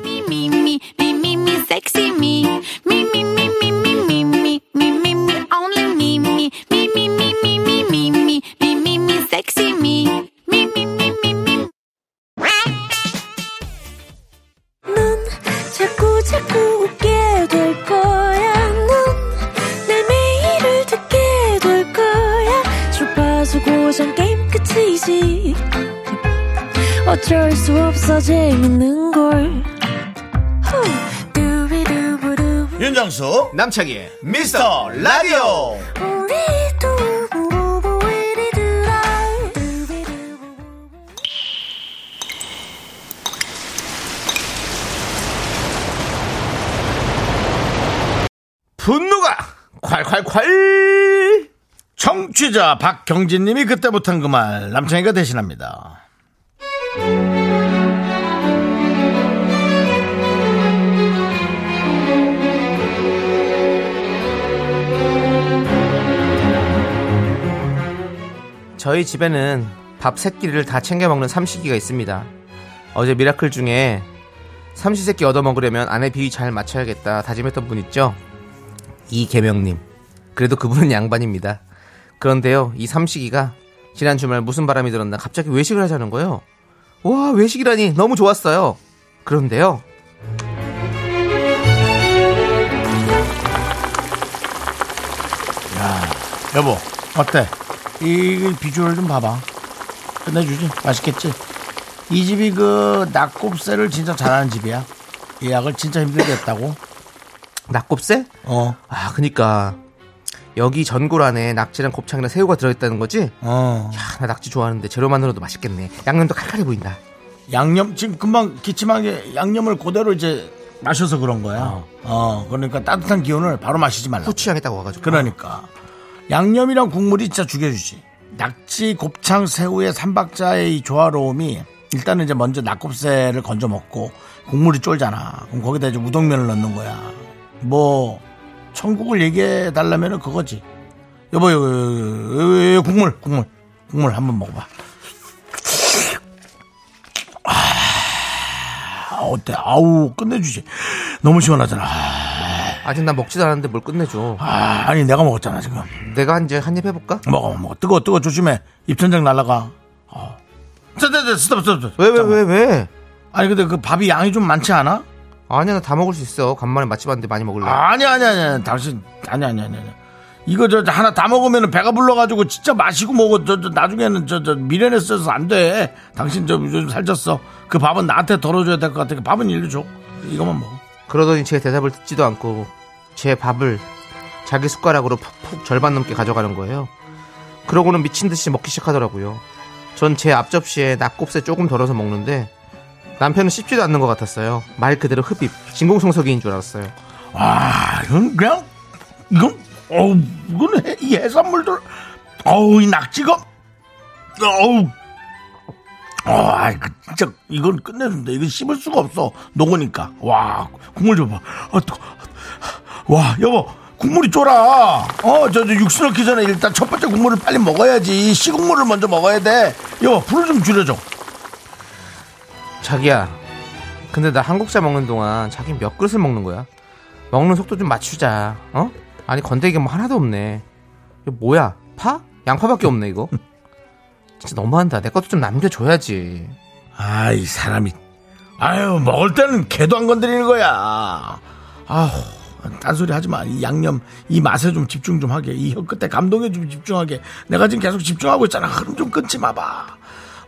Speaker 8: me, me, me, me, me, sexy me. Me, me, me, me, me, me, me, me, me, me, only me, me. Me, me, me, me, me, me, me, me, me, me, sexy me. Me, me, me, me, me. 넌 자꾸, 자꾸 웃게 될 거야. 넌내 매일을 듣게 될 거야. 주파수 고정 게임 끝이지. 어쩔 수 없어 재밌는 걸 후. 두비두부두부.
Speaker 2: 윤정수
Speaker 3: 남창희의
Speaker 2: 미스터 라디오
Speaker 8: 우리 두부부부 우리들아. 두비두부부부.
Speaker 3: 분노가 콸콸콸!
Speaker 2: 청취자 박경진님이 그때 못한 그 말 남창희가 대신합니다.
Speaker 3: 저희 집에는 밥 세 끼를 다 챙겨 먹는 삼식이가 있습니다. 어제 미라클 중에 삼시세끼 얻어 먹으려면 아내 비위 잘 맞춰야겠다 다짐했던 분 있죠? 이계명님. 그래도 그분은 양반입니다. 그런데요, 이 삼식이가 지난 주말 무슨 바람이 들었나 갑자기 외식을 하자는 거예요. 와, 외식이라니 너무 좋았어요. 그런데요,
Speaker 2: 여보 어때? 이 비주얼 좀 봐봐. 끝내주지 맛있겠지? 이 집이 그 낙곱새를 진짜 잘하는 집이야. 예약을 진짜 힘들게 했다고.
Speaker 3: 낙곱새?
Speaker 2: 어,
Speaker 3: 아, 그니까. 여기 전골 안에 낙지랑 곱창이랑 새우가 들어있다는 거지?
Speaker 2: 어.
Speaker 3: 아, 나 낙지 좋아하는데 재료만으로도 맛있겠네. 양념도 칼칼해 보인다.
Speaker 2: 양념 지금 금방 기침하게 양념을 그대로 이제 마셔서 그런 거야. 어, 그러니까 따뜻한 기운을 바로 마시지 말라.
Speaker 3: 후추향에다가 와가지고.
Speaker 2: 그러니까 양념이랑 국물이 진짜 죽여주지. 낙지, 곱창, 새우의 삼박자의 이 조화로움이 일단은 이제 먼저 낙곱새를 건져 먹고 국물이 쫄잖아. 그럼 거기다 이제 우동면을 넣는 거야. 뭐 천국을 얘기해 달라면은 그거지. 여보, 여, 여, 여, 여, 여, 국물, 국물, 국물 한번 먹어봐. 아, 어때? 아우, 끝내주지. 너무 시원하잖아. 아,
Speaker 3: 아직 나 먹지도 않았는데 뭘 끝내줘.
Speaker 2: 아, 니 내가 먹었잖아, 지금.
Speaker 3: 내가 한 이제 한 입 해볼까?
Speaker 2: 먹어, 먹어. 뜨거워, 뜨거워. 조심해. 입천장 날라가. 어. 자, 자, 자, 스톱, 스톱, 스톱.
Speaker 3: 왜 왜 왜 왜, 왜?
Speaker 2: 아니, 근데 그 밥이 양이 좀 많지 않아?
Speaker 3: 아니야 나 다 먹을 수 있어. 간만에 맛집 왔는데 많이 먹을래.
Speaker 2: 아니, 아니, 아니, 아니. 당신, 아니, 아니, 아니, 아니. 이거 저 하나 다 먹으면 배가 불러가지고 진짜 마시고 먹어. 저, 저 나중에는 저, 저 미련에 써서 안 돼. 당신 저 요즘 살쪘어. 그 밥은 나한테 덜어줘야 될 것 같아. 그 밥은 일로 줘. 이거만 먹어.
Speaker 3: 그러더니 제 대답을 듣지도 않고 제 밥을 자기 숟가락으로 푹푹 절반 넘게 가져가는 거예요. 그러고는 미친 듯이 먹기 시작하더라고요. 전 제 앞접시에 낙곱새 조금 덜어서 먹는데 남편은 씹지도 않는 것 같았어요. 말 그대로 흡입, 진공청소기인 줄 알았어요.
Speaker 2: 와, 아, 이건 그냥, 이건, 어우, 이건 해, 이 해산물들, 어우, 이 낙지가, 어우, 어, 아이, 그, 진짜, 이건 끝내준다. 이건 씹을 수가 없어. 녹으니까. 와, 국물 좀 봐. 아, 뜨거 와, 여보, 국물이 쫄아. 어, 저, 저 육수 넣기 전에 일단 첫 번째 국물을 빨리 먹어야지. 시국물을 먼저 먹어야 돼. 여보, 불을 좀 줄여줘.
Speaker 3: 자기야, 근데 나 한국차 먹는 동안 자기 몇 그릇을 먹는 거야? 먹는 속도 좀 맞추자. 어? 아니 건더기 뭐 하나도 없네. 이거 뭐야? 파? 양파밖에 없네 이거. 진짜 너무한다. 내 것도 좀 남겨줘야지.
Speaker 2: 아이 사람이 아유 먹을 때는 개도 안 건드리는 거야 아우 딴소리 하지 마이 양념 이 맛에 좀 집중 좀 하게 이 혀 끝에 감동에 좀 집중하게 내가 지금 계속 집중하고 있잖아 흐름 좀 끊지 마봐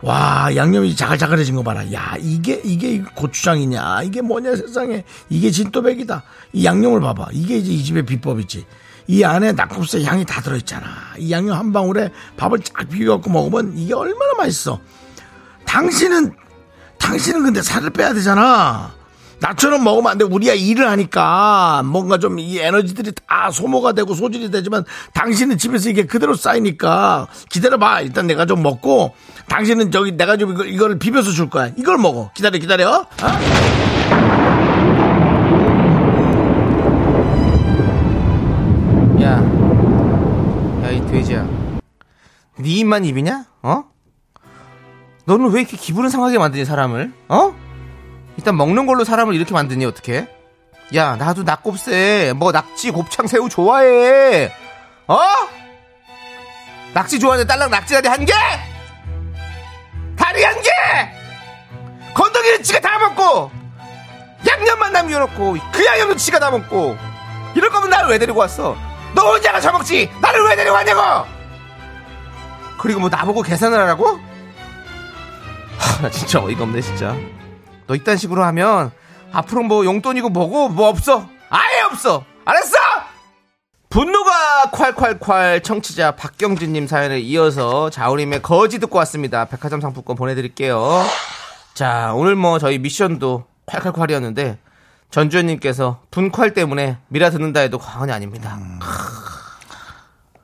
Speaker 2: 와 양념이 자글자글해진 거 봐라 야 이게 이게 고추장이냐 이게 뭐냐 세상에 이게 진또백이다 이 양념을 봐봐 이게 이제 이 집의 비법이지 이 안에 낙곱새 향이 다 들어있잖아 이 양념 한 방울에 밥을 쫙 비벼갖고 먹으면 이게 얼마나 맛있어 당신은 당신은 근데 살을 빼야 되잖아. 나처럼 먹으면 안 돼. 우리야 일을 하니까 뭔가 좀 이 에너지들이 다 소모가 되고 소질이 되지만 당신은 집에서 이게 그대로 쌓이니까 기다려봐. 일단 내가 좀 먹고 당신은 저기 내가 좀 이걸, 이걸 비벼서 줄 거야. 이걸 먹어. 기다려, 기다려. 어?
Speaker 3: 야, 야 이 돼지야. 네 입만 입이냐? 어? 너는 왜 이렇게 기분을 상하게 만드니 사람을? 어? 일단 먹는 걸로 사람을 이렇게 만드니 어떻게? 야 나도 낙곱새 뭐 낙지 곱창 새우 좋아해. 어? 낙지 좋아하는데 딸랑 낙지다리 한 개, 다리 한 개, 건더기는 지가 다 먹고 양념만 남겨놓고 그 양념도 지가 다 먹고 이럴 거면 나를 왜 데리고 왔어? 너 혼자가 저먹지 나를 왜 데리고 왔냐고 그리고 뭐 나보고 계산을 하라고? 하, 나 진짜 어이가 없네 진짜 너 이딴 식으로 하면 앞으로 뭐 용돈이고 뭐고 뭐 없어 아예 없어 알았어? 분노가 콸콸콸 청취자 박경진님 사연에 이어서 자우림의 거지 듣고 왔습니다 백화점 상품권 보내드릴게요 자, 오늘 뭐 저희 미션도 콸콸콸이었는데 전주현님께서 분콸 때문에 미라 듣는다 해도 과언이 아닙니다. 크으.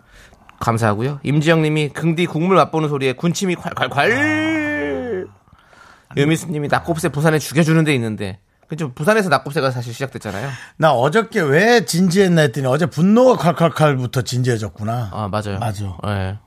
Speaker 3: 감사하고요. 임지영님이 긍디 국물 맛보는 소리에 군침이 콸콸콸. 아. 유미수님이 낙곱새 부산에 죽여주는 데 있는데 그죠? 부산에서 낙곱새가 사실 시작됐잖아요.
Speaker 2: 나 어저께 왜 진지했나 했더니 어제 분노가 칼칼칼부터 진지해졌구나.
Speaker 3: 아 맞아요.
Speaker 2: 맞아.
Speaker 3: 예.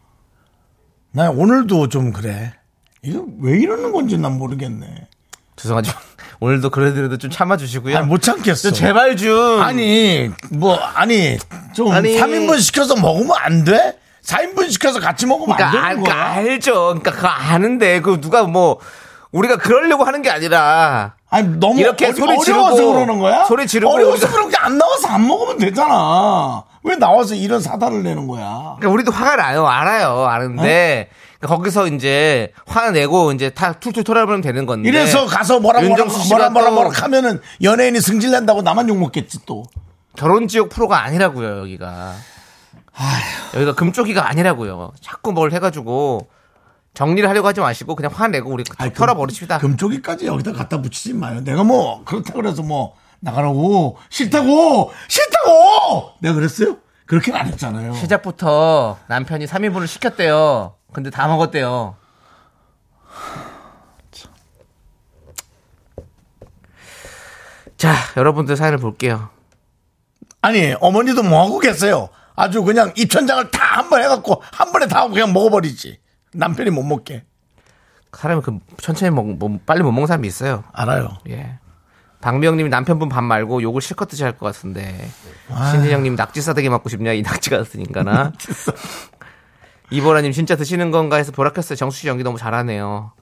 Speaker 2: 나 오늘도 좀 그래. 이거 왜 이러는 건지 난 모르겠네.
Speaker 3: 죄송하지만 오늘도 그래도 좀 참아주시고요. 뭐,
Speaker 2: 아니, 못 참겠어.
Speaker 3: 좀 제발 좀
Speaker 2: 아니 뭐 아니 좀
Speaker 3: 아니.
Speaker 2: 3인분 시켜서 먹으면 안 돼? 4인분 시켜서 같이 먹으면 안
Speaker 3: 그러니까,
Speaker 2: 되는
Speaker 3: 알,
Speaker 2: 거야?
Speaker 3: 그러니까 알죠. 그러니까 그거 아는데 그 누가 뭐 우리가 그러려고 하는 게 아니라
Speaker 2: 아니 너무
Speaker 3: 이렇게
Speaker 2: 어려-
Speaker 3: 소리
Speaker 2: 어려워서
Speaker 3: 지르고,
Speaker 2: 그러는 거야?
Speaker 3: 소리 지르고
Speaker 2: 어려워서
Speaker 3: 우리가-
Speaker 2: 그런 게 안 나와서 안 먹으면 되잖아. 왜 나와서 이런 사다를 내는 거야?
Speaker 3: 그러니까 우리도 화가 나요. 알아요. 아는데
Speaker 2: 어?
Speaker 3: 그러니까 거기서 이제 화내고 이제 다 툴툴 털어버리면 되는 건데.
Speaker 2: 이래서 가서 뭐라 뭐라
Speaker 3: 윤정수 씨가
Speaker 2: 뭐라 뭐라
Speaker 3: 또
Speaker 2: 뭐라 하면은 연예인이 승질 낸다고 나만 욕 먹겠지 또.
Speaker 3: 결혼 지옥 프로가 아니라고요 여기가. 여기가 금쪽이가 아니라고요. 자꾸 뭘 해가지고 정리를 하려고 하지 마시고 그냥 화내고 우리
Speaker 2: 아이, 금-
Speaker 3: 털어버리십시다.
Speaker 2: 금쪽이까지 여기다 갖다 붙이지 마요. 내가 뭐 그렇다 그래서 뭐 나가라고 싫다고 싫다고 내가 그랬어요? 그렇게는 안 했잖아요.
Speaker 3: 어. 시작부터 남편이 3인분을 시켰대요. 근데 다 먹었대요. 자, 여러분들 사연을 볼게요.
Speaker 2: 아니 어머니도 뭐 하고 계세요? 아주 그냥 입천장을 다 한 번 해갖고 한 번에 다 하고 그냥 먹어버리지. 남편이 못 먹게
Speaker 3: 사람이 그 천천히 먹, 뭐, 빨리 못 먹는 사람이 있어요.
Speaker 2: 알아요.
Speaker 3: 예. 박미영님이 남편분 밥 말고 욕을 실컷 드셔야 할 것 같은데 신진영님 낙지 싸대기 맞고 싶냐 이 낙지 같으니까나 이보라님 진짜 드시는 건가 해서 보라 켰어요 정수 씨 연기 너무 잘하네요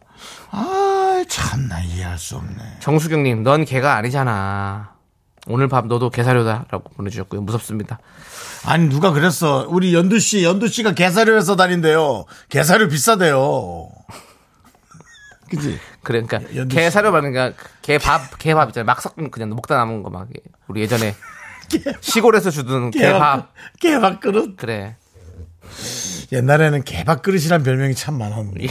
Speaker 2: 아, 참나 이해할 수 없네.
Speaker 3: 정수경님, 넌 걔가 아니잖아. 오늘 밤 너도 개사료다라고 보내주셨고요. 무섭습니다.
Speaker 2: 아니 누가 그랬어? 우리 연두 씨, 연두 씨가 개사료 회사 다닌대요. 개사료 비싸대요. 그지?
Speaker 3: 그래, 그러니까
Speaker 2: 연두 씨.
Speaker 3: 개사료 말고 그러니까 개밥, 개밥 있잖아. 요막 섞은 그냥 먹다 남은 거 막 우리 예전에 시골에서 주던 개밥.
Speaker 2: 개밥 그릇.
Speaker 3: 그래.
Speaker 2: 옛날에는 개밥 그릇이란 별명이 참
Speaker 3: 예.
Speaker 2: 많았는데.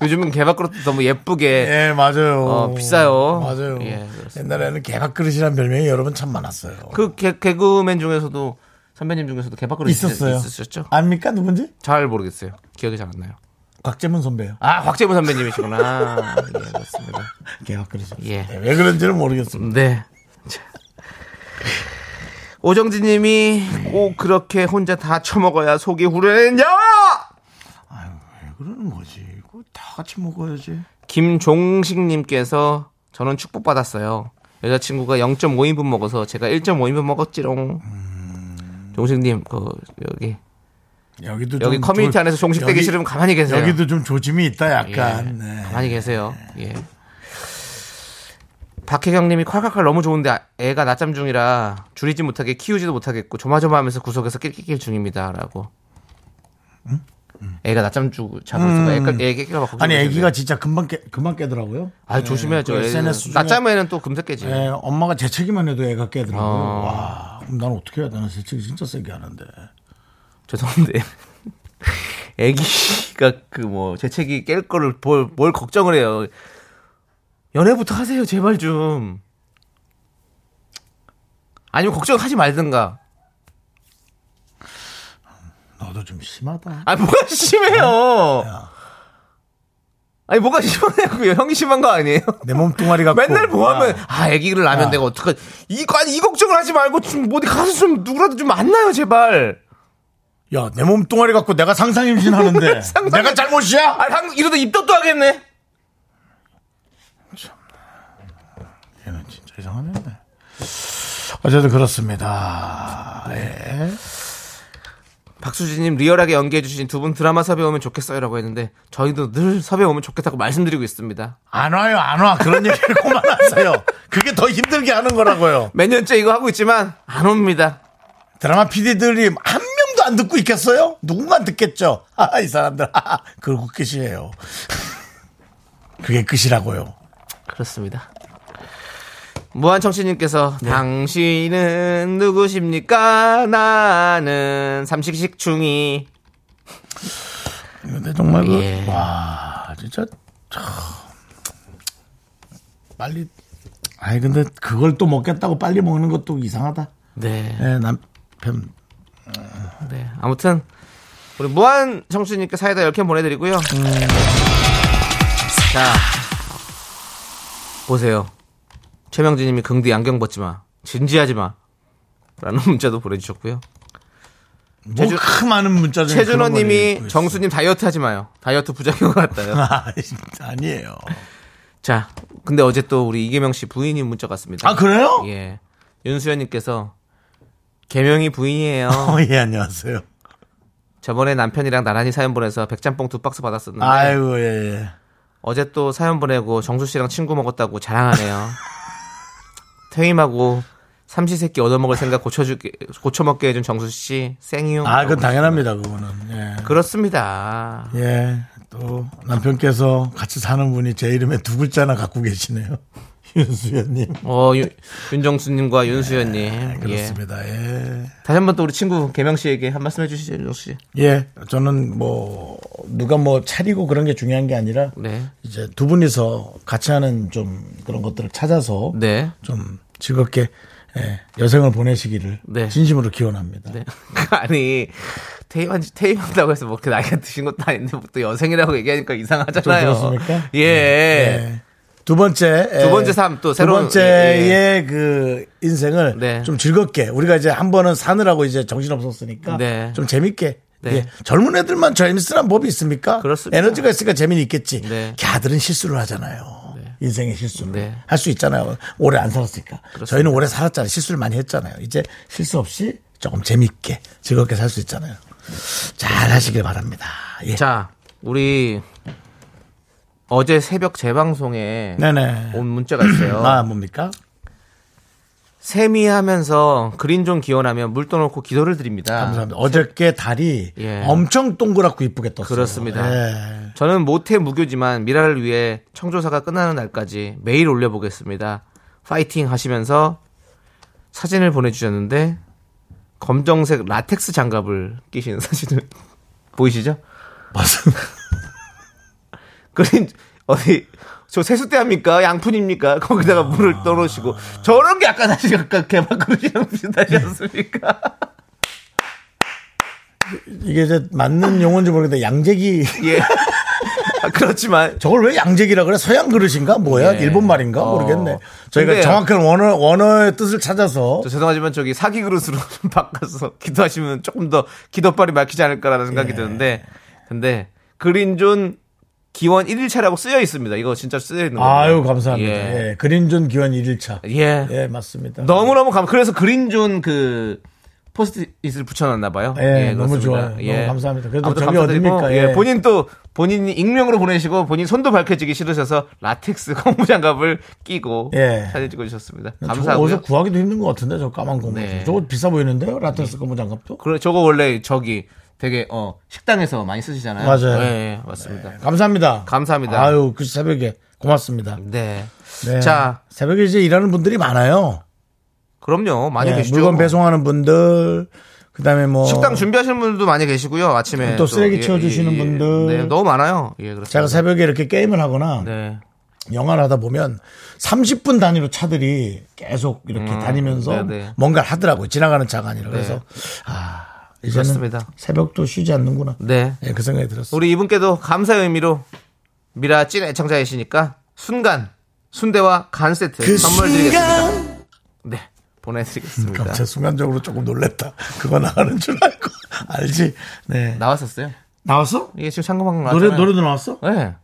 Speaker 3: 요즘은 개밥 그릇도 너무 예쁘게
Speaker 2: 예, 맞아요.
Speaker 3: 어, 비싸요.
Speaker 2: 맞아요.
Speaker 3: 예, 그렇습니다.
Speaker 2: 옛날에는 개밥 그릇이란 별명이 여러분 참 많았어요.
Speaker 3: 그 개, 개그맨 중에서도 선배님 중에서도 개밥 그릇
Speaker 2: 있었어요.
Speaker 3: 있으셨죠?
Speaker 2: 압니까 누군지?
Speaker 3: 잘 모르겠어요. 기억이 잘 안 나요.
Speaker 2: 곽재문 선배요.
Speaker 3: 아, 곽재문 선배님이시구나. 예, 그렇습니다.
Speaker 2: 개밥 그릇.
Speaker 3: 예.
Speaker 2: 네, 왜 그런지는 모르겠습니다.
Speaker 3: 네. 자. 오정진님이 꼭 그렇게 혼자 다 처먹어야 속이 후련했냐?
Speaker 2: 그러는 거지. 그거 다 같이 먹어야지.
Speaker 3: 김종식님께서 저는 축복 받았어요. 여자친구가 0.5인분 먹어서 제가 1.5인분 먹었지롱. 종식님 그 여기
Speaker 2: 여기도
Speaker 3: 여기
Speaker 2: 음. 좀
Speaker 3: 커뮤니티
Speaker 2: 조-
Speaker 3: 안에서 종식되기
Speaker 2: 여기-
Speaker 3: 싫으면 가만히 계세요.
Speaker 2: 여기도 좀 조짐이 있다
Speaker 3: 예,
Speaker 2: 약간. 네.
Speaker 3: 가만히 계세요. 예. 박혜경님이 콸콸콸 너무 좋은데 아- 애가 낮잠 중이라 줄이지 못하게 키우지도 못하겠고 조마조마하면서 구석에서 낄낄낄 중입니다라고. 애가 낮잠 주고 자고 있어서 애가 애깨깨
Speaker 2: 음. 아니 아기가 진짜 금방 깨 금방 깨더라고요.
Speaker 3: 아 조심해야죠.
Speaker 2: 그
Speaker 3: 애는.
Speaker 2: SNS 중에-
Speaker 3: 낮잠에는 또 금세 깨지.
Speaker 2: 예, 엄마가 재채기만 해도 애가 깨더라고요.
Speaker 3: 어.
Speaker 2: 와, 그럼 난 어떻게 해야 되나 재채기 진짜 세게 하는데.
Speaker 3: 죄송한데 애기가 그 뭐 재채기 깰 거를 뭘, 뭘 걱정을 해요. 연애부터 하세요 제발 좀. 아니면 걱정하지 말든가.
Speaker 2: 너도 좀 심하다.
Speaker 3: 아니 뭐가 심해요? 아니 뭐가 심하냐고요? 형이 심한 거 아니에요?
Speaker 2: 내 몸뚱아리 갖고.
Speaker 3: 맨날
Speaker 2: 야,
Speaker 3: 보면 아 아기를 낳으면 내가 어떡하 이거 아니 이 걱정을 하지 말고 좀 어디 가서 좀 누구라도 좀 만나요 제발.
Speaker 2: 야, 내 몸뚱아리 갖고 내가 상상 임신하는데.
Speaker 3: 상상-
Speaker 2: 내가 잘못이야?
Speaker 3: 아 한국 이러다 입덧도 하겠네.
Speaker 2: 얘는 진짜 이상하네. 어제도 그렇습니다. 예.
Speaker 3: 박수진님 리얼하게 연기해주신 두 분 드라마 섭외 오면 좋겠어요라고 했는데 저희도 늘 섭외 오면 좋겠다고 말씀드리고 있습니다.
Speaker 2: 안 와요, 안 와. 그런 얘기를 그만하세요. 그게 더 힘들게 하는 거라고요.
Speaker 3: 몇 년째 이거 하고 있지만 안 옵니다.
Speaker 2: 드라마 PD들이 한 명도 안 듣고 있겠어요? 누군가 듣겠죠. 아, 이 사람들. 아, 그러고 끝이에요. 그게 끝이라고요.
Speaker 3: 그렇습니다. 무한청취님께서 당신은 누구십니까? 나는 삼식식충이
Speaker 2: 근데 정말 그,
Speaker 3: 예.
Speaker 2: 와, 진짜 참. 빨리 아니 근데 그걸 또 먹겠다고 빨리 먹는 것도 이상하다.
Speaker 3: 네,
Speaker 2: 예, 남편
Speaker 3: 네. 아무튼 우리 무한청취님께 사이다 10캔 보내드리고요. 자 보세요. 최명진님이 긍디 안경 벗지 마. 진지하지 마. 라는 문자도 보내주셨고요. 최준-
Speaker 2: 뭐그 많은 문자 중에 네, 그런 걸 읽고
Speaker 3: 최준호님이
Speaker 2: 있어요.
Speaker 3: 정수님 다이어트 하지 마요. 다이어트 부작용 같다요.
Speaker 2: 아, 아니에요.
Speaker 3: 자, 근데 어제 또 우리 이계명 씨 부인이 문자 갔습니다.
Speaker 2: 아 그래요? 예,
Speaker 3: 예. 윤수연님께서 개명이 부인이에요.
Speaker 2: 어, 예 안녕하세요.
Speaker 3: 네. 저번에 남편이랑 나란히 사연 보내서 백짬뽕 두 박스 받았었는데
Speaker 2: 아이고 예. 예.
Speaker 3: 어제 또 사연 보내고 정수 씨랑 친구 먹었다고 자랑하네요. 퇴임하고 삼시세끼 얻어먹을 생각 고쳐주게 고쳐먹게 해준 정수 씨 생이요.
Speaker 2: 아 그건 당연합니다 그거는. 예.
Speaker 3: 그렇습니다.
Speaker 2: 예, 또 남편께서 같이 사는 분이 제 이름에 두 글자나 갖고 계시네요. 윤수연님. 네,
Speaker 3: 어 윤- 윤정수님과 윤수연님. 예.
Speaker 2: 그렇습니다. 예.
Speaker 3: 다시 한 번 또 우리 친구 개명 씨에게 한 말씀 해주시죠, 정수 씨.
Speaker 2: 예, 저는 뭐 누가 뭐 차리고 그런 게 중요한 게 아니라
Speaker 3: 네.
Speaker 2: 이제 두 분이서 같이 하는 좀 그런 것들을 찾아서
Speaker 3: 네.
Speaker 2: 좀 즐겁게 예, 여생을 보내시기를
Speaker 3: 네.
Speaker 2: 진심으로 기원합니다.
Speaker 3: 네. 아니 퇴임한 퇴임한다고 해서 뭐 그렇게 나이가 드신 것도 아닌데 뭐또 여생이라고 얘기하니까 이상하잖아요.
Speaker 2: 좀 그렇습니까?
Speaker 3: 예.
Speaker 2: 예. 두 번째 예,
Speaker 3: 두 번째 삶, 또
Speaker 2: 두
Speaker 3: 새로운- 예,
Speaker 2: 번째의 그 인생을
Speaker 3: 네.
Speaker 2: 좀 즐겁게 우리가 이제 한 번은 사느라고 이제 정신 없었으니까
Speaker 3: 네.
Speaker 2: 좀 재밌게
Speaker 3: 네.
Speaker 2: 예. 젊은 애들만 재밌으란 법이 있습니까?
Speaker 3: 그렇습니다.
Speaker 2: 에너지가 있으니까 재미는 있겠지.
Speaker 3: 네.
Speaker 2: 걔 아들은 실수를 하잖아요.
Speaker 3: 네.
Speaker 2: 인생의 실수를
Speaker 3: 네.
Speaker 2: 할 수 있잖아요. 오래 안 살았으니까. 저희는 오래 살았잖아요. 실수를 많이 했잖아요. 이제 실수 없이 조금 재밌게 즐겁게 살 수 있잖아요. 잘 하시길 바랍니다. 예.
Speaker 3: 자, 우리 어제 새벽 재방송에
Speaker 2: 네네.
Speaker 3: 온 문자가 있어요.
Speaker 2: 아 뭡니까?
Speaker 3: 세미하면서 그린존 기원하며 물 떠놓고 기도를 드립니다.
Speaker 2: 감사합니다. 어저께 달이
Speaker 3: 예.
Speaker 2: 엄청 동그랗고 이쁘게 떴어요.
Speaker 3: 그렇습니다.
Speaker 2: 예.
Speaker 3: 저는 모태 무교지만 미라를 위해 청조사가 끝나는 날까지 매일 올려보겠습니다. 파이팅 하시면서 사진을 보내주셨는데 검정색 라텍스 장갑을 끼시는 사진을 보이시죠?
Speaker 2: 맞습니다.
Speaker 3: 그린 어디 저 세수대 합니까? 양푼입니까? 거기다가 물을 떠놓으시고 저런 게 아까 다시 아까 개막 그릇이랑 비슷하지 않습니까?
Speaker 2: 이게 이제 맞는 용어인지 모르겠는데 양재기
Speaker 3: 예. 아, 그렇지만
Speaker 2: 저걸 왜 양재기라 그래? 서양 그릇인가? 뭐야?
Speaker 3: 예.
Speaker 2: 일본 말인가?
Speaker 3: 어.
Speaker 2: 모르겠네. 저희가
Speaker 3: 근데-
Speaker 2: 정확한 원어, 원어의 뜻을 찾아서
Speaker 3: 저 죄송하지만 저기 사기 그릇으로 좀 바꿔서 기도하시면 조금 더 기도빨이 막히지 않을까라는 생각이 드는데 근데 그린존 기원 1일차라고 쓰여 있습니다. 이거 진짜 쓰여 있는 거예요.
Speaker 2: 아유, 감사합니다.
Speaker 3: 예.
Speaker 2: 예. 그린존 기원 1일차.
Speaker 3: 예.
Speaker 2: 예, 맞습니다.
Speaker 3: 너무너무 감 그래서 그린존 그 포스트잇을 붙여놨나 봐요.
Speaker 2: 예, 너무
Speaker 3: 그렇습니다.
Speaker 2: 좋아요. 너무 감사합니다. 그래도
Speaker 3: 아무튼
Speaker 2: 저기
Speaker 3: 감사드리고,
Speaker 2: 어딥니까?
Speaker 3: 예.
Speaker 2: 예.
Speaker 3: 본인 또 본인이 익명으로 보내시고 본인 손도 밝혀지기 싫으셔서 라텍스 고무장갑을 끼고
Speaker 2: 예.
Speaker 3: 사진 찍어주셨습니다.
Speaker 2: 저거
Speaker 3: 감사하고요.
Speaker 2: 어디서 구하기도 힘든 것 같은데 저 까만 고무.
Speaker 3: 네.
Speaker 2: 저거 비싸 보이는데요? 라텍스 고무 장갑도?
Speaker 3: 그래 저거 원래 저기 되게 어 식당에서 많이 쓰시잖아요.
Speaker 2: 맞아요.
Speaker 3: 예, 예, 맞습니다.
Speaker 2: 감사합니다.
Speaker 3: 감사합니다.
Speaker 2: 아유, 그 새벽에 고맙습니다.
Speaker 3: 네.
Speaker 2: 네.
Speaker 3: 자.
Speaker 2: 새벽에 이제 일하는 분들이 많아요.
Speaker 3: 그럼요. 많이
Speaker 2: 예,
Speaker 3: 계시죠.
Speaker 2: 물건 배송하는 분들, 그다음에 뭐
Speaker 3: 뭐 식당 준비하시는 분들도 많이 계시고요. 아침에
Speaker 2: 또 쓰레기 치워주시는 분들.
Speaker 3: 네, 너무 많아요. 예, 그렇습니다.
Speaker 2: 제가 새벽에 이렇게 게임을 하거나
Speaker 3: 네.
Speaker 2: 영화를 하다 보면 30분 단위로 차들이 계속 이렇게
Speaker 3: 네,
Speaker 2: 다니면서
Speaker 3: 네.
Speaker 2: 뭔가를 하더라고요. 지나가는 차가 아니라. 그래서, 아, 이제는
Speaker 3: 그렇습니다.
Speaker 2: 새벽도 쉬지 않는구나.
Speaker 3: 네.
Speaker 2: 예, 그 생각이 들었어요.
Speaker 3: 우리 이분께도 감사의 의미로 미라 찐 애청자이시니까 순간 순대와 간 세트
Speaker 2: 그
Speaker 3: 선물 드리겠습니다. 네. 보내드리겠습니다.
Speaker 2: 제 순간적으로 조금 놀랬다. 그거 나가는 줄 알고. 알지? 네.
Speaker 3: 나왔었어요.
Speaker 2: 나왔어?
Speaker 3: 이게 지금 상금방
Speaker 2: 노래, 노래도 나왔어?
Speaker 3: 네.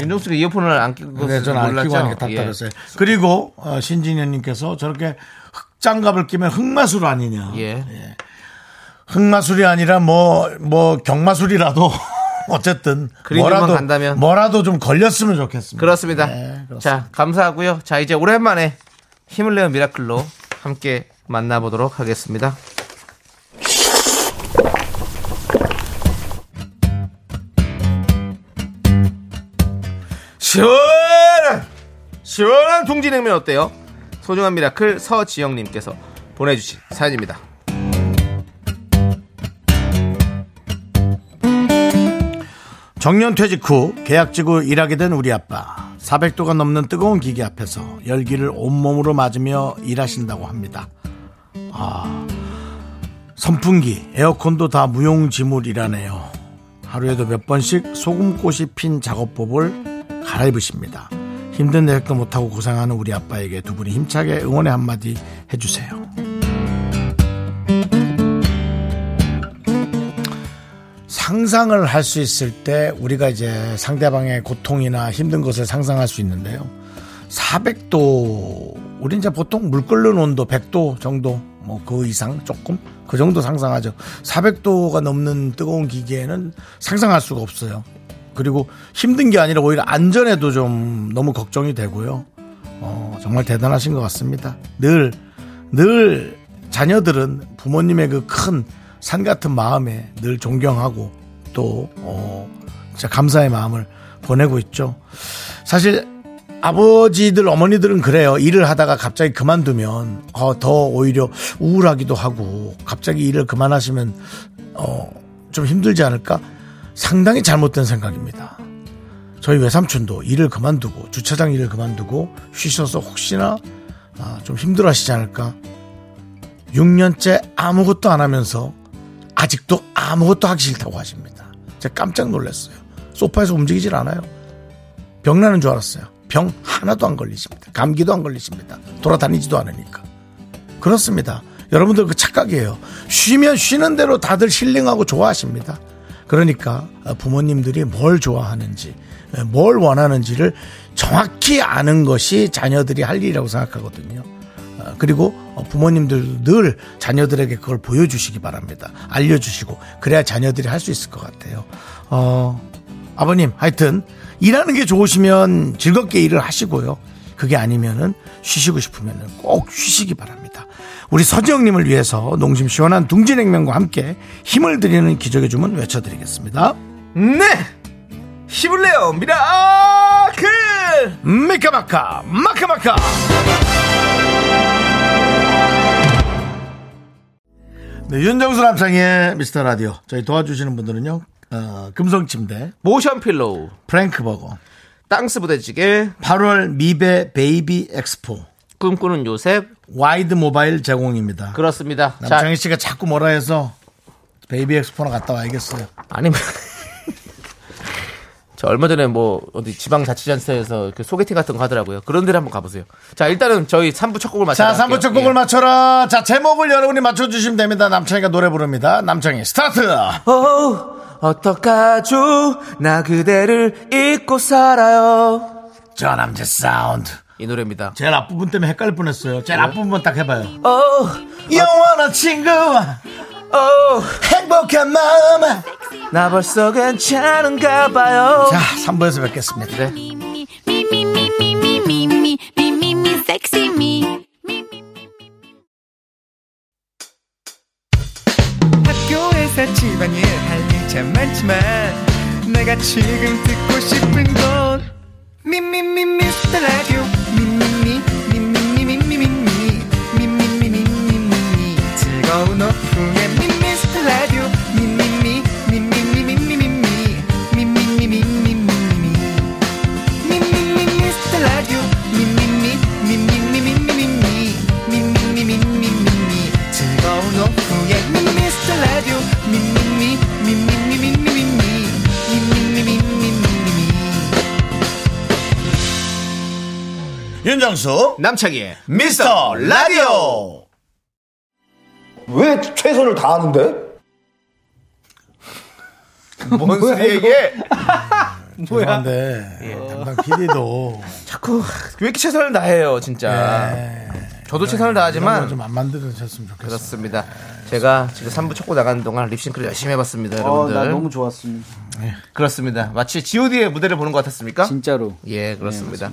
Speaker 3: 윤종 씨가 이어폰을 안 끼고
Speaker 2: 네, 저는 안 끼고 하니까
Speaker 3: 예.
Speaker 2: 답답했어요. 그리고, 어, 신진현님께서 저렇게 흑장갑을 끼면 흑마술 아니냐.
Speaker 3: 예.
Speaker 2: 흑마술이 아니라 뭐, 뭐, 경마술이라도 어쨌든
Speaker 3: 그린존만
Speaker 2: 뭐라도,
Speaker 3: 간다면.
Speaker 2: 뭐라도 좀 걸렸으면 좋겠습니다.
Speaker 3: 그렇습니다.
Speaker 2: 네, 그렇습니다.
Speaker 3: 자, 감사하고요. 자, 이제 오랜만에 힘을 내는 미라클로 함께 만나보도록 하겠습니다. 시원한 시원한 동지냉면 어때요? 소중한 미라클 서지영님께서 보내주신 사연입니다.
Speaker 2: 정년 퇴직 후 계약직으로 일하게 된 우리 아빠. 400도가 넘는 뜨거운 기계 앞에서 열기를 온몸으로 맞으며 일하신다고 합니다. 아, 선풍기, 에어컨도 다 무용지물이라네요. 하루에도 몇 번씩 소금꽃이 핀 작업복을 갈아입으십니다. 힘든 내색도 못하고 고생하는 우리 아빠에게 두 분이 힘차게 응원의 한마디 해주세요. 상상을 할 수 있을 때 우리가 이제 상대방의 고통이나 힘든 것을 상상할 수 있는데요. 400도, 우린 이제 보통 물 끓는 온도 100도 정도, 뭐 그 이상 조금, 그 정도 상상하죠. 400도가 넘는 뜨거운 기계에는 상상할 수가 없어요. 그리고 힘든 게 아니라 오히려 안전에도 좀 너무 걱정이 되고요. 어, 정말 대단하신 것 같습니다. 늘, 늘 자녀들은 부모님의 그 큰 산 같은 마음에 늘 존경하고 또, 어, 진짜 감사의 마음을 보내고 있죠. 사실 아버지들, 어머니들은 그래요. 일을 하다가 갑자기 그만두면 어, 더 오히려 우울하기도 하고 갑자기 일을 그만하시면 어, 좀 힘들지 않을까? 상당히 잘못된 생각입니다. 저희 외삼촌도 일을 그만두고 주차장 일을 그만두고 쉬셔서 혹시나 아, 좀 힘들어 하시지 않을까 6년째 아무것도 안 하면서 아직도 아무것도 하기 싫다고 하십니다 제가 깜짝 놀랐어요 소파에서 움직이질 않아요 병나는 줄 알았어요 병 하나도 안 걸리십니다 감기도 안 걸리십니다 돌아다니지도 않으니까 그렇습니다. 여러분들 그 착각이에요. 쉬면 쉬는 대로 다들 힐링하고 좋아하십니다. 그러니까 부모님들이 뭘 좋아하는지 뭘 원하는지를 정확히 아는 것이 자녀들이 할 일이라고 생각하거든요. 어, 그리고 어, 부모님들도 늘 자녀들에게 그걸 보여주시기 바랍니다. 알려주시고 그래야 자녀들이 할 수 있을 것 같아요. 어, 아버님 하여튼 일하는 게 좋으시면 즐겁게 일을 하시고요. 그게 아니면은 쉬시고 싶으면은 꼭 쉬시기 바랍니다. 우리 서지영님을 위해서 농심 시원한 둥지냉면과 함께 힘을 드리는 기적의 주문 외쳐드리겠습니다.
Speaker 3: 네! 힘을 내요, 미라클!
Speaker 2: 미카마카 마카마카 네, 윤정수 남창의 미스터 라디오 저희 도와주시는 분들은요 어, 금성침대
Speaker 3: 모션 필로우,
Speaker 2: 프랭크버거
Speaker 3: 땅스 부대찌개,
Speaker 2: 8월 미베 베이비 엑스포
Speaker 3: 꿈꾸는 요셉.
Speaker 2: 와이드 모바일 제공입니다
Speaker 3: 그렇습니다.
Speaker 2: 남창희 씨가 자꾸 뭐라 해서 베이비 엑스포나 갔다 와야겠어요
Speaker 3: 아니면 저 얼마 전에 뭐 어디 지방자치단체에서 그 소개팅 같은 거 하더라고요. 그런 데를 한번 가보세요. 자 일단은 저희 3부 첫 곡을 예. 맞춰.
Speaker 2: 자 3부 첫 곡을 맞춰라 자 제목을 여러분이 맞춰주시면 됩니다 남창희가 노래 부릅니다 남창희 스타트
Speaker 3: 어떡하죠? 나 그대를 잊고 살아요.
Speaker 2: 저 남자 사운드
Speaker 3: 이 노래입니다.
Speaker 2: 제일 앞부분 때문에 헷갈릴 뻔했어요. 제일 앞부분만 딱 해봐요.
Speaker 3: 어,
Speaker 2: 영원한 친구,
Speaker 3: 어,
Speaker 2: 행복한 마음.
Speaker 3: 나 벌써 괜찮은가 봐요. 네.
Speaker 2: 자, 3부에서 뵙겠습니다.
Speaker 8: me, me, me, me, me, me, me, me, me, me, me, sexy me. Me, me, me, me.
Speaker 9: 학교에서 집안일 할 일 참 많지만 내가 지금 듣고 싶은 건 미미미 미스터 라디오 미미미 미미미 미미미 미미미 미미미 즐거운 오후에 미스터 라디오 미미미 미미미 미미미 미미미 미미미 미미미 미스터 라디오 미미미 미미미 미미미 미미미 미미미 즐거운 오후에 미스터 라디오 미미미 미미미 미미미 미미미 미미미
Speaker 2: 윤정수,
Speaker 3: 남창희의
Speaker 2: 미스터 라디오.
Speaker 6: 왜 최선을 다하는데?
Speaker 3: 뭔 소리 얘기해?
Speaker 6: 음,
Speaker 2: 죄송한데,
Speaker 3: 예.
Speaker 2: 담당 PD도
Speaker 3: 자꾸 왜 이렇게 최선을 다해요 진짜. 저도 최선을 다하지만
Speaker 2: 네. 좀안 만들어졌으면 좋겠어요.
Speaker 3: 그렇습니다. 제가 지금 3부 첫고 나가는 동안 립싱크를 열심히 해봤습니다, 여러분들.
Speaker 6: 어,
Speaker 3: 예,
Speaker 6: 좋았습니다.
Speaker 3: 그렇습니다. 마치 G.O.D의 무대를 보는 것 같았습니까?
Speaker 6: 진짜로.
Speaker 3: 예, 그렇습니다.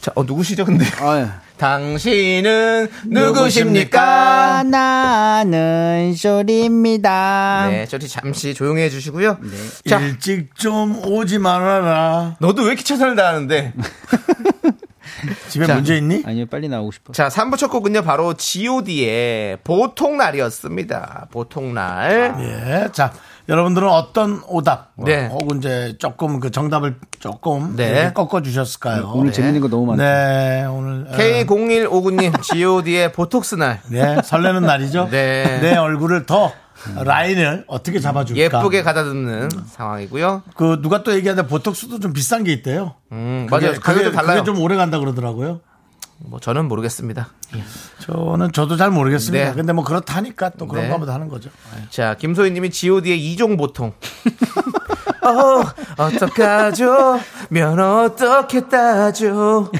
Speaker 3: 자, 어, 누구시죠, 근데?
Speaker 6: 아, 예.
Speaker 3: 당신은 누구십니까?
Speaker 6: 나는 쇼리입니다. 네.
Speaker 3: 네, 저리 잠시 조용히 해주시고요. 자,
Speaker 2: 일찍 좀 오지 말아라.
Speaker 3: 너도 왜 이렇게 최선을 다하는데?
Speaker 2: 집에
Speaker 3: 자.
Speaker 2: 문제 있니?
Speaker 6: 아니요, 빨리 나오고 싶어.
Speaker 3: 자, 3부 첫 곡은요, 바로 G.O.D의 보통 날이었습니다. 보통 날.
Speaker 2: 예. 자, 여러분들은 어떤 오답,
Speaker 3: 네.
Speaker 2: 혹은 이제 조금 그 정답을 조금
Speaker 3: 네.
Speaker 2: 이렇게 꺾어주셨을까요?
Speaker 6: 오늘 재밌는 거 너무 많다.
Speaker 2: 네, 오늘. 어,
Speaker 3: K0159님, G.O.D의 보톡스 날.
Speaker 2: 네, 설레는 날이죠.
Speaker 3: 네.
Speaker 2: 내 얼굴을 더 라인을 어떻게 잡아줄까?
Speaker 3: 예쁘게 가다듬는 상황이고요.
Speaker 2: 그 누가 또 얘기하는데 보톡스도 좀 비싼 게 있대요.
Speaker 3: 음, 맞아요. 가격도 달라요.
Speaker 2: 그게 좀 오래 간다 그러더라고요.
Speaker 3: 뭐 저는 모르겠습니다.
Speaker 2: 저는 저도 잘 모르겠습니다.
Speaker 3: 네.
Speaker 2: 근데 뭐 그렇다니까 또 그런
Speaker 3: 네.
Speaker 2: 가 보다 하는 거죠.
Speaker 3: 자, 김소희님이 G.O.D의 이종 보통. 어, 어떡하죠? 면 어떻게 따죠?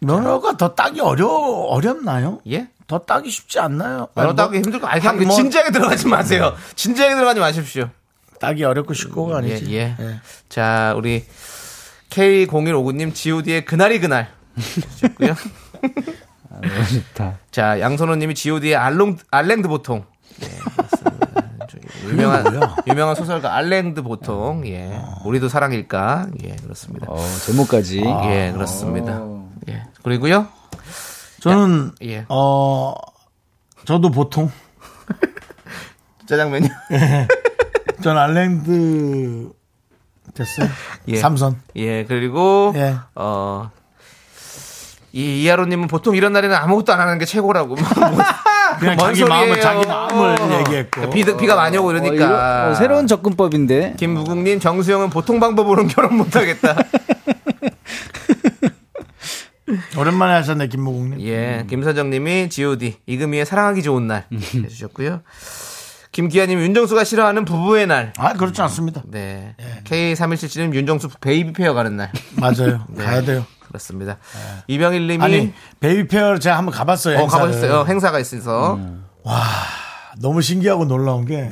Speaker 2: 면허가 더 따기 어려 어렵나요?
Speaker 3: 예?
Speaker 2: 더 따기 쉽지 않나요?
Speaker 3: 면허
Speaker 2: 아니, 뭐
Speaker 3: 따기 힘들고, 아니, 그냥
Speaker 2: 한 뭐-
Speaker 3: 진지하게 들어가지 마세요. 진지하게 들어가지 마십시오.
Speaker 2: 따기 어렵고 쉽고가
Speaker 3: 예,
Speaker 2: 아니지.
Speaker 3: 예. 자, 우리 K0159님 G.O.D의 그날이 그날. 좋고요.
Speaker 6: 아, 좋다.
Speaker 3: 자, 양선호님이 G.O.D의 알롱, 알랭드 보통. 예, 그렇습니다. 저 유명한, 유명한 소설가 알랭드 보통. 예. 우리도 사랑일까? 예, 그렇습니다.
Speaker 6: 아. 어, 제목까지. 아.
Speaker 3: 예, 그렇습니다. 예. 그리고요.
Speaker 2: 저는
Speaker 3: 예.
Speaker 2: 어 저도 보통
Speaker 3: 짜장면이
Speaker 2: 전 알랭드 됐어요.
Speaker 3: 예.
Speaker 2: 삼선.
Speaker 3: 예, 그리고
Speaker 2: 예.
Speaker 3: 어. 이 이하로님은 보통 이런 날에는 아무것도 안 하는 게 최고라고. 뭐,
Speaker 2: 그냥
Speaker 3: 뭔
Speaker 2: 자기
Speaker 3: 소리예요. 어.
Speaker 2: 마음을
Speaker 3: 그러니까
Speaker 2: 자기 마음을 얘기했고.
Speaker 3: 비, 비가 많이 오고
Speaker 6: 어,
Speaker 3: 이러니까.
Speaker 6: 이거, 어, 새로운 접근법인데.
Speaker 3: 김무국님, 정수영은 보통 방법으로는 결혼 못하겠다.
Speaker 2: 오랜만에 하셨네 김무국님. 음.
Speaker 3: 예, 김선정님이 G.O.D. 이금희의 사랑하기 좋은 날 해주셨고요. 김기아님 윤정수가 싫어하는 부부의 날.
Speaker 2: 아 그렇지 않습니다.
Speaker 3: 네.
Speaker 6: 예.
Speaker 3: K3177님 윤정수 베이비 페어 가는 날.
Speaker 2: 맞아요. 가야 돼요.
Speaker 3: 그렇습니다. 네. 이병일님이
Speaker 2: 예. 아니 베이비페어 제가 한번 가봤어요.
Speaker 3: 어
Speaker 2: 행사를. 음.
Speaker 3: 가보셨어요. 행사가 있어서.
Speaker 2: 너무 신기하고 놀라운 게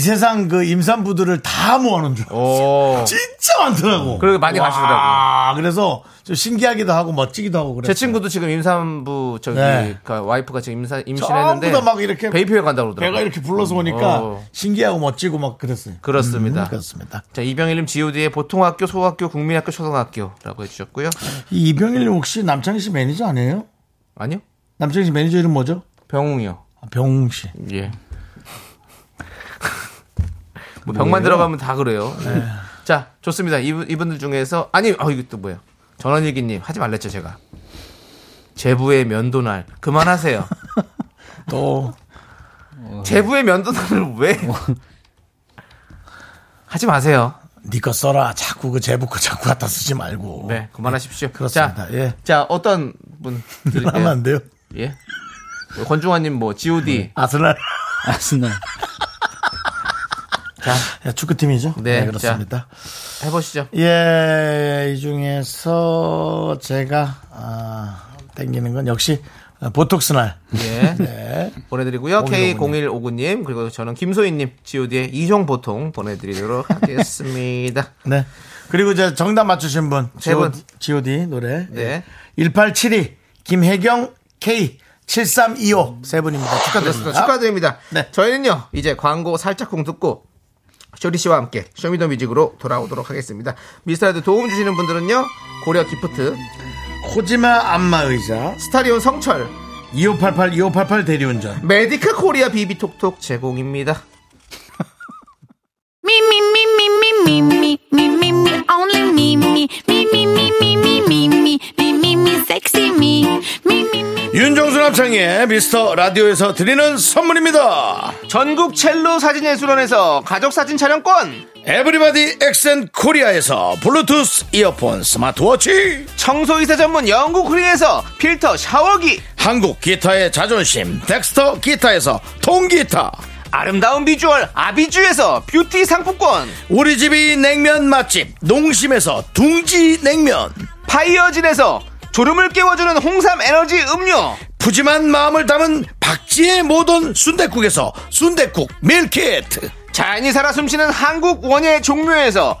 Speaker 3: 네.
Speaker 2: 세상 그 임산부들을 다 모아놓은 줄 알았어요.
Speaker 3: 오.
Speaker 2: 진짜 많더라고.
Speaker 3: 그리고 많이 가시더라고요.
Speaker 2: 아 그래서 좀 신기하기도 하고 멋지기도 하고 그래요.
Speaker 3: 제 친구도 지금 임산부 저기
Speaker 2: 네.
Speaker 3: 그 와이프가 지금 임사, 임신했는데
Speaker 2: 전부 다막 이렇게
Speaker 3: 베이비 페어 간다고 그러더라고요.
Speaker 2: 배가 이렇게 불러서 오니까
Speaker 3: 어.
Speaker 2: 신기하고 멋지고 막 그랬어요.
Speaker 3: 그렇습니다.
Speaker 2: 음, 그렇습니다.
Speaker 3: 자, 이병일님 GOD의 보통학교, 소학교, 국민학교, 초등학교라고 해주셨고요.
Speaker 2: 이 이병일 혹시 남창희 씨 매니저 아니에요?
Speaker 3: 아니요?
Speaker 2: 남창희 씨 매니저 이름 뭐죠?
Speaker 3: 병웅이요.
Speaker 2: 아, 병웅 씨.
Speaker 3: 예. 뭐 병만 들어가면 다 그래요. 네. 자, 좋습니다. 이분, 이분들 중에서, 아니, 어, 이거 또 뭐예요? 전원일기님, 하지 말랬죠, 제가. 제부의 면도날. 그만하세요.
Speaker 2: 또
Speaker 3: 제부의 면도날을 왜?
Speaker 2: 뭐.
Speaker 3: 하지 마세요.
Speaker 2: 니꺼 써라. 자꾸 그 제부 거 자꾸 갖다 쓰지 말고.
Speaker 3: 네, 그만하십시오.
Speaker 2: 그렇습니다.
Speaker 3: 자,
Speaker 2: 뭐. 예.
Speaker 3: 자, 어떤 분
Speaker 2: 하면
Speaker 3: 드릴까요?
Speaker 2: 안 돼요.
Speaker 3: 예. 권중환님, 뭐, GOD.
Speaker 2: 아스날.
Speaker 6: 아스날.
Speaker 2: 야, 축구팀이죠?
Speaker 3: 네,
Speaker 2: 그렇습니다.
Speaker 3: 해보시죠.
Speaker 2: 예, 이 중에서 제가, 아, 땡기는 건 역시 어, 보톡스 날.
Speaker 3: 예.
Speaker 2: 네.
Speaker 3: 보내드리고요.
Speaker 2: 0159
Speaker 3: K0159님, 그리고 저는 김소희님, GOD의 이종보통 보내드리도록 하겠습니다.
Speaker 2: 네. 그리고 이제 정답 맞추신 분.
Speaker 3: 세 분.
Speaker 2: GOD, GOD 노래.
Speaker 3: 네.
Speaker 2: 1872, 김혜경, K7325. 세 분입니다. 축하드립니다.
Speaker 3: 그렇습니다. 축하드립니다.
Speaker 2: 네.
Speaker 3: 저희는요, 이제 광고 살짝쿵 듣고, 쇼리 씨와 함께 쇼미더 뮤직으로 돌아오도록 하겠습니다. 미스터라드 도움 주시는 분들은요, 고려 기프트,
Speaker 2: 코지마 안마 의자.
Speaker 3: 스타리온 성철,
Speaker 2: 2588, 2588 대리운전.
Speaker 3: 메디카 코리아 비비톡톡 제공입니다.
Speaker 8: Me, me, me, me, me, me, me, me, me, me, only me, me, me, me, me, me, me, me, me, me, me, me, sexy me, me, me, me.
Speaker 2: 윤종수 남창의 미스터 라디오에서 드리는 선물입니다.
Speaker 3: 전국 첼로 사진예술원에서 가족사진 촬영권,
Speaker 2: 에브리바디 엑센 코리아에서 블루투스 이어폰 스마트워치
Speaker 3: 청소이사 전문 영국 크린에서 필터 샤워기,
Speaker 2: 한국 기타의 자존심 덱스터 기타에서 통기타
Speaker 3: 아름다운 비주얼 아비주에서 뷰티 상품권
Speaker 2: 우리 집이 냉면 맛집 농심에서 둥지 냉면
Speaker 3: 파이어진에서 졸음을 깨워주는 홍삼 에너지 음료
Speaker 2: 푸짐한 마음을 담은 박지의 모던 순댓국에서 순댓국 밀키트
Speaker 3: 자연이 살아 숨쉬는 한국 원예 종묘에서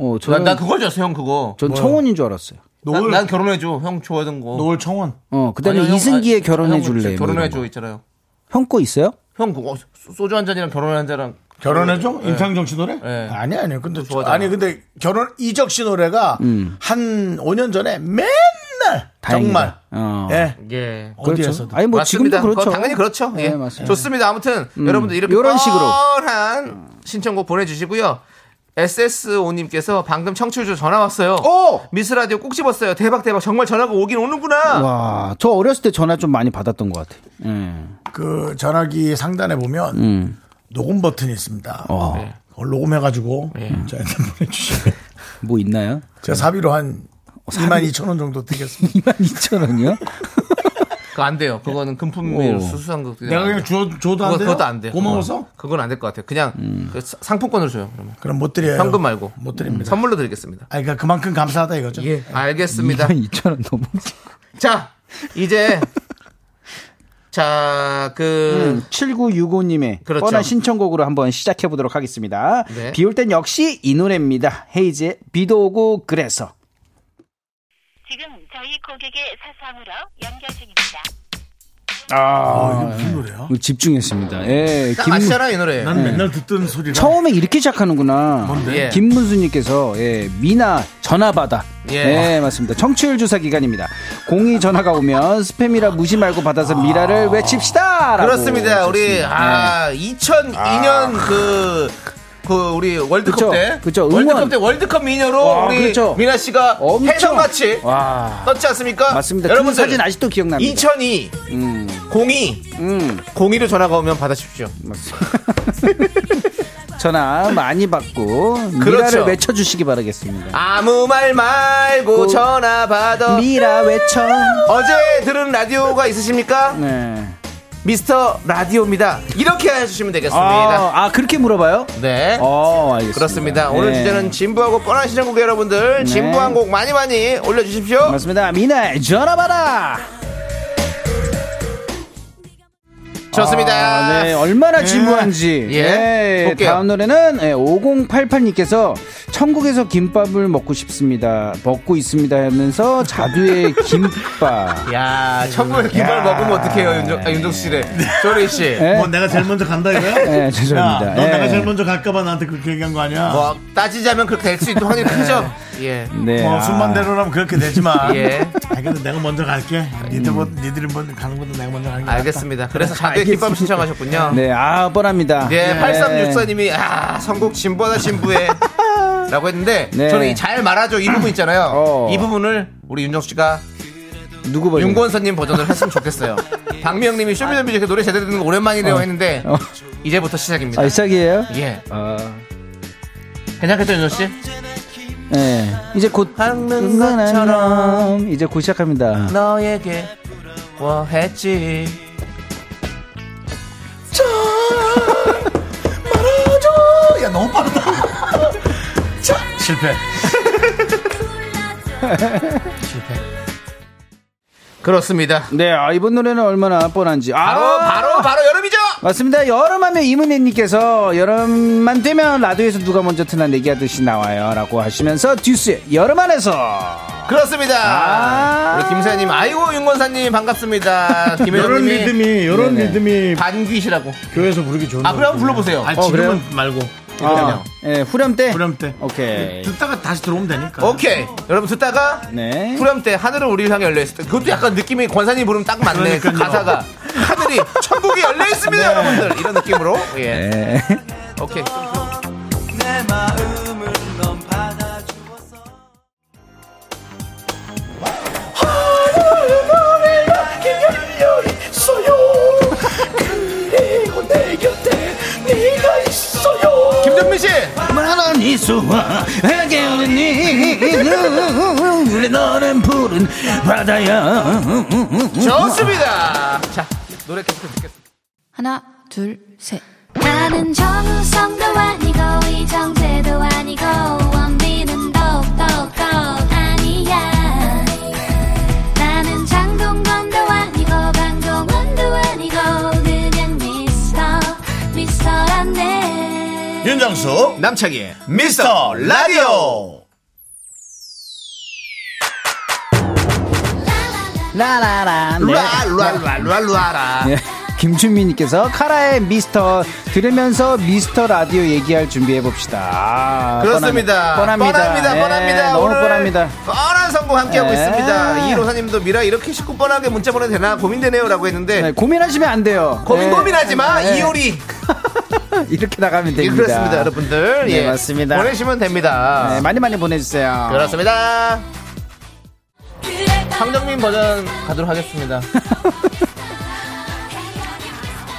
Speaker 3: 난,
Speaker 6: 음. 저는,
Speaker 3: 난 그걸 줬어, 형 그거.
Speaker 6: 전 청혼인 줄 알았어요.
Speaker 3: 난,
Speaker 2: 노을
Speaker 3: 난그 결혼해줘. 형 좋아하던 거.
Speaker 2: 노을 청원
Speaker 6: 어, 그 다음에
Speaker 3: 아니요, 형,
Speaker 6: 이승기의
Speaker 3: 아니,
Speaker 6: 결혼해
Speaker 3: 형
Speaker 6: 줄래. 뭐 이런
Speaker 3: 결혼해줘
Speaker 6: 거.
Speaker 3: 있잖아요.
Speaker 6: 형 거 있어요?
Speaker 3: 형 그거 소- 소주 한 잔이랑 결혼 한 잔이랑.
Speaker 2: 결혼해줘 임창정 씨 노래
Speaker 3: 네.
Speaker 2: 아니 아니 근데
Speaker 3: 좋아하잖아.
Speaker 2: 아니 근데 결혼 이적 씨 노래가 한 5년 전에 맨날
Speaker 6: 다행이다.
Speaker 2: 정말
Speaker 6: 어.
Speaker 2: 예
Speaker 3: 예.
Speaker 6: 그렇죠.
Speaker 2: 어디에서도
Speaker 6: 아니, 뭐
Speaker 3: 맞습니다.
Speaker 6: 지금도 그렇죠.
Speaker 3: 그거 당연히 그렇죠.
Speaker 6: 네,
Speaker 3: 예.
Speaker 6: 맞습니다. 음,
Speaker 3: 좋습니다. 아무튼 여러분들 이렇게
Speaker 6: 요런 식으로.
Speaker 3: 뻔한 신청곡 보내주시고요. SS5님께서 방금 청취율조 전화 왔어요.
Speaker 6: 오!
Speaker 3: 미스 라디오 꼭 집었어요. 대박 대박. 정말 전화가 오긴 오는구나. 네.
Speaker 6: 와, 저 어렸을 때 전화 좀 많이 받았던 것 같아요. 예.
Speaker 2: 그 전화기 상단에 보면 녹음 버튼이 있습니다
Speaker 6: 어.
Speaker 2: 그걸 녹음해가지고 저한테 보내주시면
Speaker 6: 뭐 있나요?
Speaker 2: 제가 사비로 한 2만 2천 원 정도 드리겠습니다
Speaker 6: 22,000원이요?
Speaker 3: 그거 안 돼요. 그거는 금품으로
Speaker 6: 오.
Speaker 3: 수수한 거.
Speaker 2: 내가 그냥 줘, 줘도 안
Speaker 3: 그거,
Speaker 2: 돼요?
Speaker 3: 그것도 안 돼요. 어,
Speaker 2: 고마워서?
Speaker 3: 그건, 안 될 것 같아요. 그냥
Speaker 6: 음.
Speaker 3: 그 사- 상품권으로 줘요. 그러면.
Speaker 2: 그럼 못 드려요
Speaker 3: 현금 말고.
Speaker 2: 못 드립니다
Speaker 3: 선물로 드리겠습니다.
Speaker 2: 아, 그러니까 그만큼 감사하다 이거죠.
Speaker 6: 예.
Speaker 3: 알겠습니다.
Speaker 6: 음. 22,000원 너무.
Speaker 3: 자, 이제 자, 그
Speaker 6: 음. 7965님의
Speaker 3: 그렇죠.
Speaker 6: 뻔한 신청곡으로 한번 시작해 보도록 하겠습니다.
Speaker 3: 네.
Speaker 6: 비 올 땐 역시 이 노래입니다. 헤이즈의 비도 오고 그래서.
Speaker 8: 지금 저희 고객의 사상으로 연결 중입니다.
Speaker 2: 아, 이게 무슨 예. 노래야?
Speaker 6: 집중했습니다. 예,
Speaker 3: 딱
Speaker 6: 김-
Speaker 3: 아시잖아 이 노래.
Speaker 2: 난 맨날 듣던 소리라.
Speaker 6: 처음에 이렇게 시작하는구나.
Speaker 3: 예.
Speaker 6: 김문수님께서 예, 미나 전화 받아.
Speaker 3: 예.
Speaker 6: 예. 맞습니다. 청취율 조사 기간입니다. 공이 전화가 오면 스팸이라 무시 말고 받아서 미라를 외칩시다. 네. 라고
Speaker 3: 그렇습니다. 우리 아 2002년 그. 그 우리 월드컵
Speaker 6: 그쵸,
Speaker 3: 때
Speaker 6: 그쵸, 응원.
Speaker 3: 월드컵 때 월드컵 미녀로
Speaker 6: 와,
Speaker 3: 우리
Speaker 6: 그렇죠.
Speaker 3: 미나 씨가
Speaker 6: 엄청.
Speaker 3: 해성같이
Speaker 6: 네. 와.
Speaker 3: 떴지 않습니까?
Speaker 6: 맞습니다. 그
Speaker 3: 여러분들
Speaker 6: 사진 아직도 기억납니다.
Speaker 3: 2002
Speaker 6: 음,
Speaker 3: 02
Speaker 6: 음.
Speaker 3: 02로 전화가 오면 받아십시오.
Speaker 6: 전화 많이 받고
Speaker 3: 그렇죠.
Speaker 6: 미라를 외쳐주시기 바라겠습니다.
Speaker 3: 아무 말 말고
Speaker 6: 고-
Speaker 3: 전화 받아.
Speaker 6: 그 미라 외쳐.
Speaker 3: 어제 들은 라디오가 있으십니까?
Speaker 6: 네.
Speaker 3: 미스터 라디오입니다. 이렇게 해주시면 되겠습니다.
Speaker 6: 아, 아, 그렇게 물어봐요?
Speaker 3: 네.
Speaker 6: 어, 알겠습니다.
Speaker 3: 그렇습니다. 오늘
Speaker 6: 네.
Speaker 3: 주제는 진부하고 뻔한 시장곡 여러분들 진부한 곡 많이 많이 올려주십시오.
Speaker 6: 맞습니다. 미나의 전화 받아.
Speaker 3: 좋습니다.
Speaker 6: 아, 네, 얼마나 네, 진부한지.
Speaker 3: 예.
Speaker 6: 네,
Speaker 3: 볼게요.
Speaker 6: 다음 노래는 5088님께서 천국에서 김밥을 먹고 싶습니다. 먹고 있습니다 하면서 자두의 김밥.
Speaker 3: 야, 천국에서 김밥을 먹으면 어떡해요, 윤정, 아, 윤정수 씨래. 조리 씨.
Speaker 6: 예?
Speaker 2: 뭐 내가 제일 먼저 간다 이거야?
Speaker 6: 예, 죄송합니다.
Speaker 2: 야, 너
Speaker 6: 예.
Speaker 2: 내가 제일 먼저 갈까봐 나한테 그렇게 얘기한 거 아니야?
Speaker 3: 뭐, 따지자면 그렇게 될 수 있는 확률이 크죠? 예.
Speaker 6: 네.
Speaker 2: 뭐
Speaker 6: 아,
Speaker 2: 순만대로라면 그렇게 되지만
Speaker 3: 예.
Speaker 2: 아 근데 내가 먼저 갈게 니들 뭐, 니들이 먼저 가는 것도 내가 먼저 가는 게
Speaker 3: 네. 알겠습니다. 그래서 자두의 김밥을 신청하셨군요.
Speaker 6: 네, 아, 뻔합니다.
Speaker 3: 예, 8364님이, 아, 선곡 진부하다, 진부해. 라고 했는데,
Speaker 6: 네.
Speaker 3: 저는 이 잘 말아줘 이 부분 있잖아요.
Speaker 6: 어.
Speaker 3: 이 부분을 우리 윤정수 씨가
Speaker 6: 누구 버전?
Speaker 3: 윤권선님 버전을 했으면 좋겠어요. 박미영님이 쇼미더뮤직 노래 제대로 듣는 거 오랜만이래요 했는데,
Speaker 6: 어.
Speaker 3: 이제부터 시작입니다.
Speaker 6: 아, 시작이에요?
Speaker 3: 예.
Speaker 6: 아,
Speaker 3: 괜찮겠죠, 윤정수 씨?
Speaker 6: 예. 이제 곧
Speaker 3: 하는 것처럼
Speaker 6: 이제 곧 시작합니다.
Speaker 3: 너에게 뭐 했지
Speaker 2: 말아줘 야 너무 빠르다 자 실패
Speaker 3: 그렇습니다
Speaker 6: 네, 아, 이번 노래는 얼마나 뻔한지. 아,
Speaker 3: 바로 바로 바로 여름이죠
Speaker 6: 맞습니다. 여름하면 이문혜님께서 여름만 되면 라디오에서 누가 먼저 트나 내기하듯이 나와요라고 하시면서 듀스의 여름 안에서
Speaker 3: 그렇습니다
Speaker 6: 아.
Speaker 3: 우리 김사님 아이고 윤건사님 반갑습니다
Speaker 2: 이런
Speaker 3: 김혜정님이
Speaker 2: 리듬이 이런
Speaker 6: 네네.
Speaker 2: 리듬이
Speaker 3: 반귀시라고
Speaker 2: 교회에서 부르기 좋은
Speaker 3: 아 그래 한번 불러보세요
Speaker 2: 아니
Speaker 6: 어,
Speaker 2: 지금은 말고
Speaker 6: 아, 예, 후렴 때.
Speaker 2: 후렴 때
Speaker 3: 네.
Speaker 6: 오케이.
Speaker 2: 듣다가 다시 들어오면 되니까
Speaker 3: 오케이 여러분 듣다가
Speaker 6: 네.
Speaker 3: 후렴 때 하늘은 우리를 향해 열려있을 때 그것도 약간 느낌이 권사님 부르면 딱 맞네 그
Speaker 2: 그러니까요. 네.
Speaker 3: 가사가 하늘이 천국이 열려있습니다 여러분들 이런 느낌으로 예
Speaker 6: 네.
Speaker 3: 오케이
Speaker 6: 어,
Speaker 3: 김정민 씨
Speaker 6: 만원 이수와 해결니 우리 너는 푸른 바다야.
Speaker 3: 좋습니다 자 노래 계속 듣겠습니다
Speaker 8: 하나, 둘, 셋. 나는 정우성도 아니고, 이정재도 아니고, 원빈은 더욱더 아니야. 나는 장동건도 아니고, 방종원도 아니고, 그냥 미스터, 미스터란데.
Speaker 2: 윤정수
Speaker 3: 남창희의 미스터 라디오
Speaker 6: 라라라. 네.
Speaker 3: 루아루아루아루아라
Speaker 6: 예, 김준미님께서 카라의 미스터 들으면서 미스터 라디오 얘기할 준비해 봅시다. 아,
Speaker 3: 그렇습니다.
Speaker 6: 뻔합니다.
Speaker 3: 뻔합니다.
Speaker 6: 예,
Speaker 3: 뻔합니다.
Speaker 6: 너무
Speaker 3: 오늘
Speaker 6: 뻔합니다.
Speaker 3: 뻔한 성공 함께하고
Speaker 6: 예.
Speaker 3: 있습니다.
Speaker 2: 네.
Speaker 3: 이로사님도 미라 이렇게 쉽고 뻔하게 문자 보내도 되나 고민되네요라고 했는데
Speaker 6: 네, 고민하시면 안 돼요.
Speaker 3: 고민
Speaker 6: 네.
Speaker 3: 고민하지 마
Speaker 6: 네.
Speaker 3: 이효리
Speaker 6: 이렇게 나가면 됩니다.
Speaker 3: 예, 그렇습니다 여러분들
Speaker 6: 네,
Speaker 3: 예.
Speaker 6: 맞습니다.
Speaker 3: 보내시면 됩니다.
Speaker 6: 네, 많이 많이 보내주세요.
Speaker 3: 그렇습니다. 황정민 버전 가도록 하겠습니다.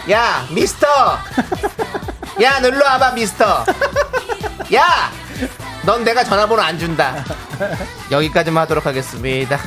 Speaker 3: 야, 미스터! 야, 놀러 와봐, 미스터! 야! 넌 내가 전화번호 안 준다. 여기까지만 하도록 하겠습니다.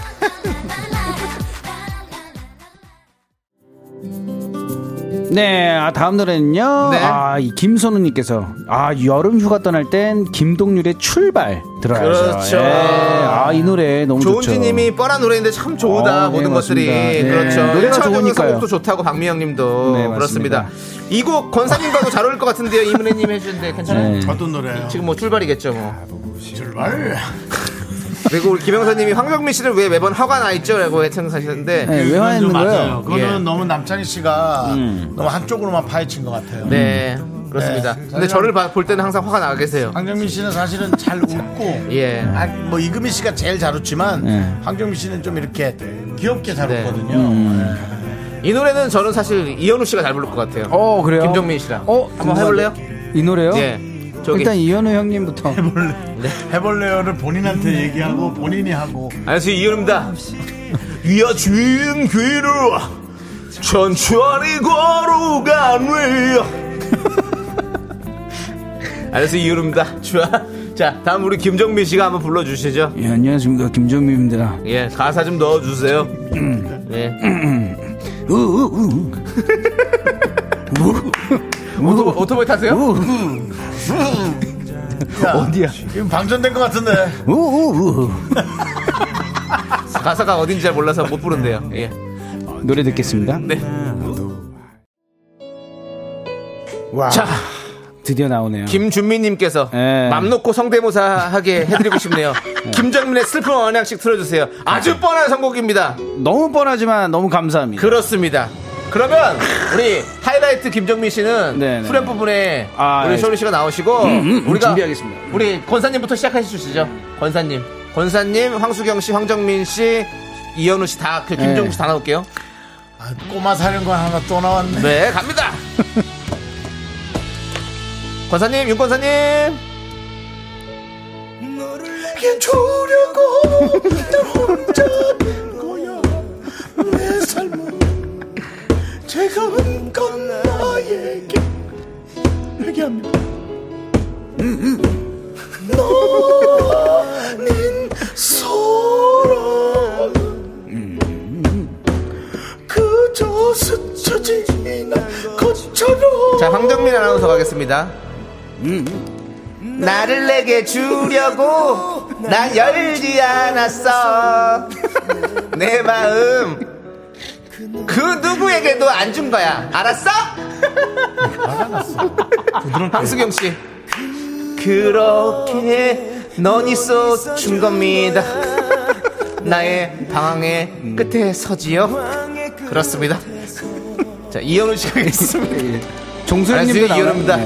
Speaker 6: 네, 아, 다음 노래는요.
Speaker 3: 네.
Speaker 6: 아, 이 김선우님께서 아 여름 휴가 떠날 땐 김동률의 출발 들어야죠.
Speaker 3: 그렇죠.
Speaker 6: 아, 이 노래 너무 좋죠.
Speaker 3: 조은지님이 뻔한 노래인데 참 좋다
Speaker 6: 어, 네,
Speaker 3: 모든 것들이
Speaker 6: 맞습니다. 네,
Speaker 3: 그렇죠
Speaker 6: 노래가
Speaker 3: 일차적인
Speaker 6: 좋으니까요.
Speaker 3: 선곡도 좋다고 박미영님도
Speaker 6: 네,
Speaker 3: 그렇습니다
Speaker 6: 맞습니다.
Speaker 3: 이 곡 권상님과도 잘 어울릴 것 같은데요 이문혜님 해주는데 괜찮아요?
Speaker 6: 네.
Speaker 2: 어떤 노래예요?
Speaker 3: 지금 뭐 출발이겠죠 뭐
Speaker 2: 출발
Speaker 3: 그리고 우리 김영사님이 황정민 씨를 왜 매번 화가 나 있죠라고 애청하시는데
Speaker 6: 네, 왜
Speaker 2: 그건
Speaker 6: 화내는
Speaker 3: 음,
Speaker 2: 좀
Speaker 6: 거예요? 음.
Speaker 2: 맞아요 그거는
Speaker 3: 예.
Speaker 2: 너무 남창희 씨가 너무 한쪽으로만 파헤친 것 같아요
Speaker 3: 네 그렇습니다.
Speaker 2: 네.
Speaker 3: 근데 저를 봐- 볼 때는 항상 화가 나 계세요.
Speaker 2: 황정민 씨는 사실은 잘 웃고
Speaker 3: 예.
Speaker 2: 아, 뭐 이금희 씨가 제일 잘 웃지만
Speaker 6: 네.
Speaker 2: 황정민 씨는 좀 이렇게 귀엽게 잘
Speaker 3: 네.
Speaker 2: 웃거든요.
Speaker 6: 음.
Speaker 3: 이 노래는 저는 사실 이현우 씨가 잘 부를 것 같아요.
Speaker 6: 어, 그래요?
Speaker 3: 김정민 씨랑.
Speaker 6: 어,
Speaker 3: 한번 해볼래요?
Speaker 6: 이 노래요?
Speaker 3: 예. 저기.
Speaker 6: 일단 이현우 형님부터.
Speaker 2: 네. 해볼레어를 본인한테 얘기하고 본인이 하고
Speaker 3: 안녕하세요 이현우입니다. 위아 주인 귀를 천천히 걸어가네. 안녕하세요 이현우입니다. 좋아. 자 다음 우리 김정민 씨가 한번 불러주시죠.
Speaker 6: 예, 안녕하십니까 김정민입니다.
Speaker 3: 예, 가사 좀 넣어주세요. 예.
Speaker 6: 우, 우,
Speaker 3: 오토, 오토바이 타세요?
Speaker 6: 우,
Speaker 2: 어디야? 지금 방전된 것 같은데
Speaker 6: 우, 우, 우.
Speaker 3: 아, 가사가 어딘지 잘 몰라서 못 부른대요. 예.
Speaker 6: 노래 네. 듣겠습니다.
Speaker 3: 네.
Speaker 2: 와.
Speaker 3: 자,
Speaker 6: 드디어 나오네요.
Speaker 3: 김준민님께서
Speaker 6: 예.
Speaker 3: 맘 놓고 성대모사 하게 해드리고 싶네요. 김정민의 슬픈 원양식 틀어주세요.
Speaker 6: 예.
Speaker 3: 아주 뻔한 선곡입니다.
Speaker 6: 너무 뻔하지만 너무 감사합니다.
Speaker 3: 그렇습니다. 그러면 우리 하이라이트 김정민 씨는
Speaker 6: 네네.
Speaker 3: 후렴 부분에
Speaker 6: 아,
Speaker 3: 우리
Speaker 6: 예.
Speaker 3: 쇼리 씨가 나오시고
Speaker 6: 음, 음,
Speaker 3: 우리가
Speaker 6: 준비하겠습니다.
Speaker 3: 우리 권사님부터 시작해 주시죠. 권사님, 권사님, 황수경 씨, 황정민 씨, 이현우 씨 다 그 김정민 씨 다 나올게요.
Speaker 2: 아, 꼬마 사는 건 하나 또 나왔네.
Speaker 3: 네, 갑니다. 권사님, 윤 권사님.
Speaker 2: 괜찮으려고 늘 혼자 있는 거야 내 삶은 제가 한껏 나에게 회개합니다 너 아닌 사랑은 그저 스쳐 지난 것처럼
Speaker 3: 자, 황정민 아나운서 가겠습니다. 나를 내게 주려고 나 열지 않았어. 내 마음 그 누구에게도 안 준 거야. 알았어? 황수경 씨. 그렇게 넌 있어 준 겁니다. 나의 방황의 끝에 서지요. 그렇습니다. 자, 이현우 씨가 있습니다.
Speaker 6: 그, 종소연님도 나와요.
Speaker 3: 이현우입니다.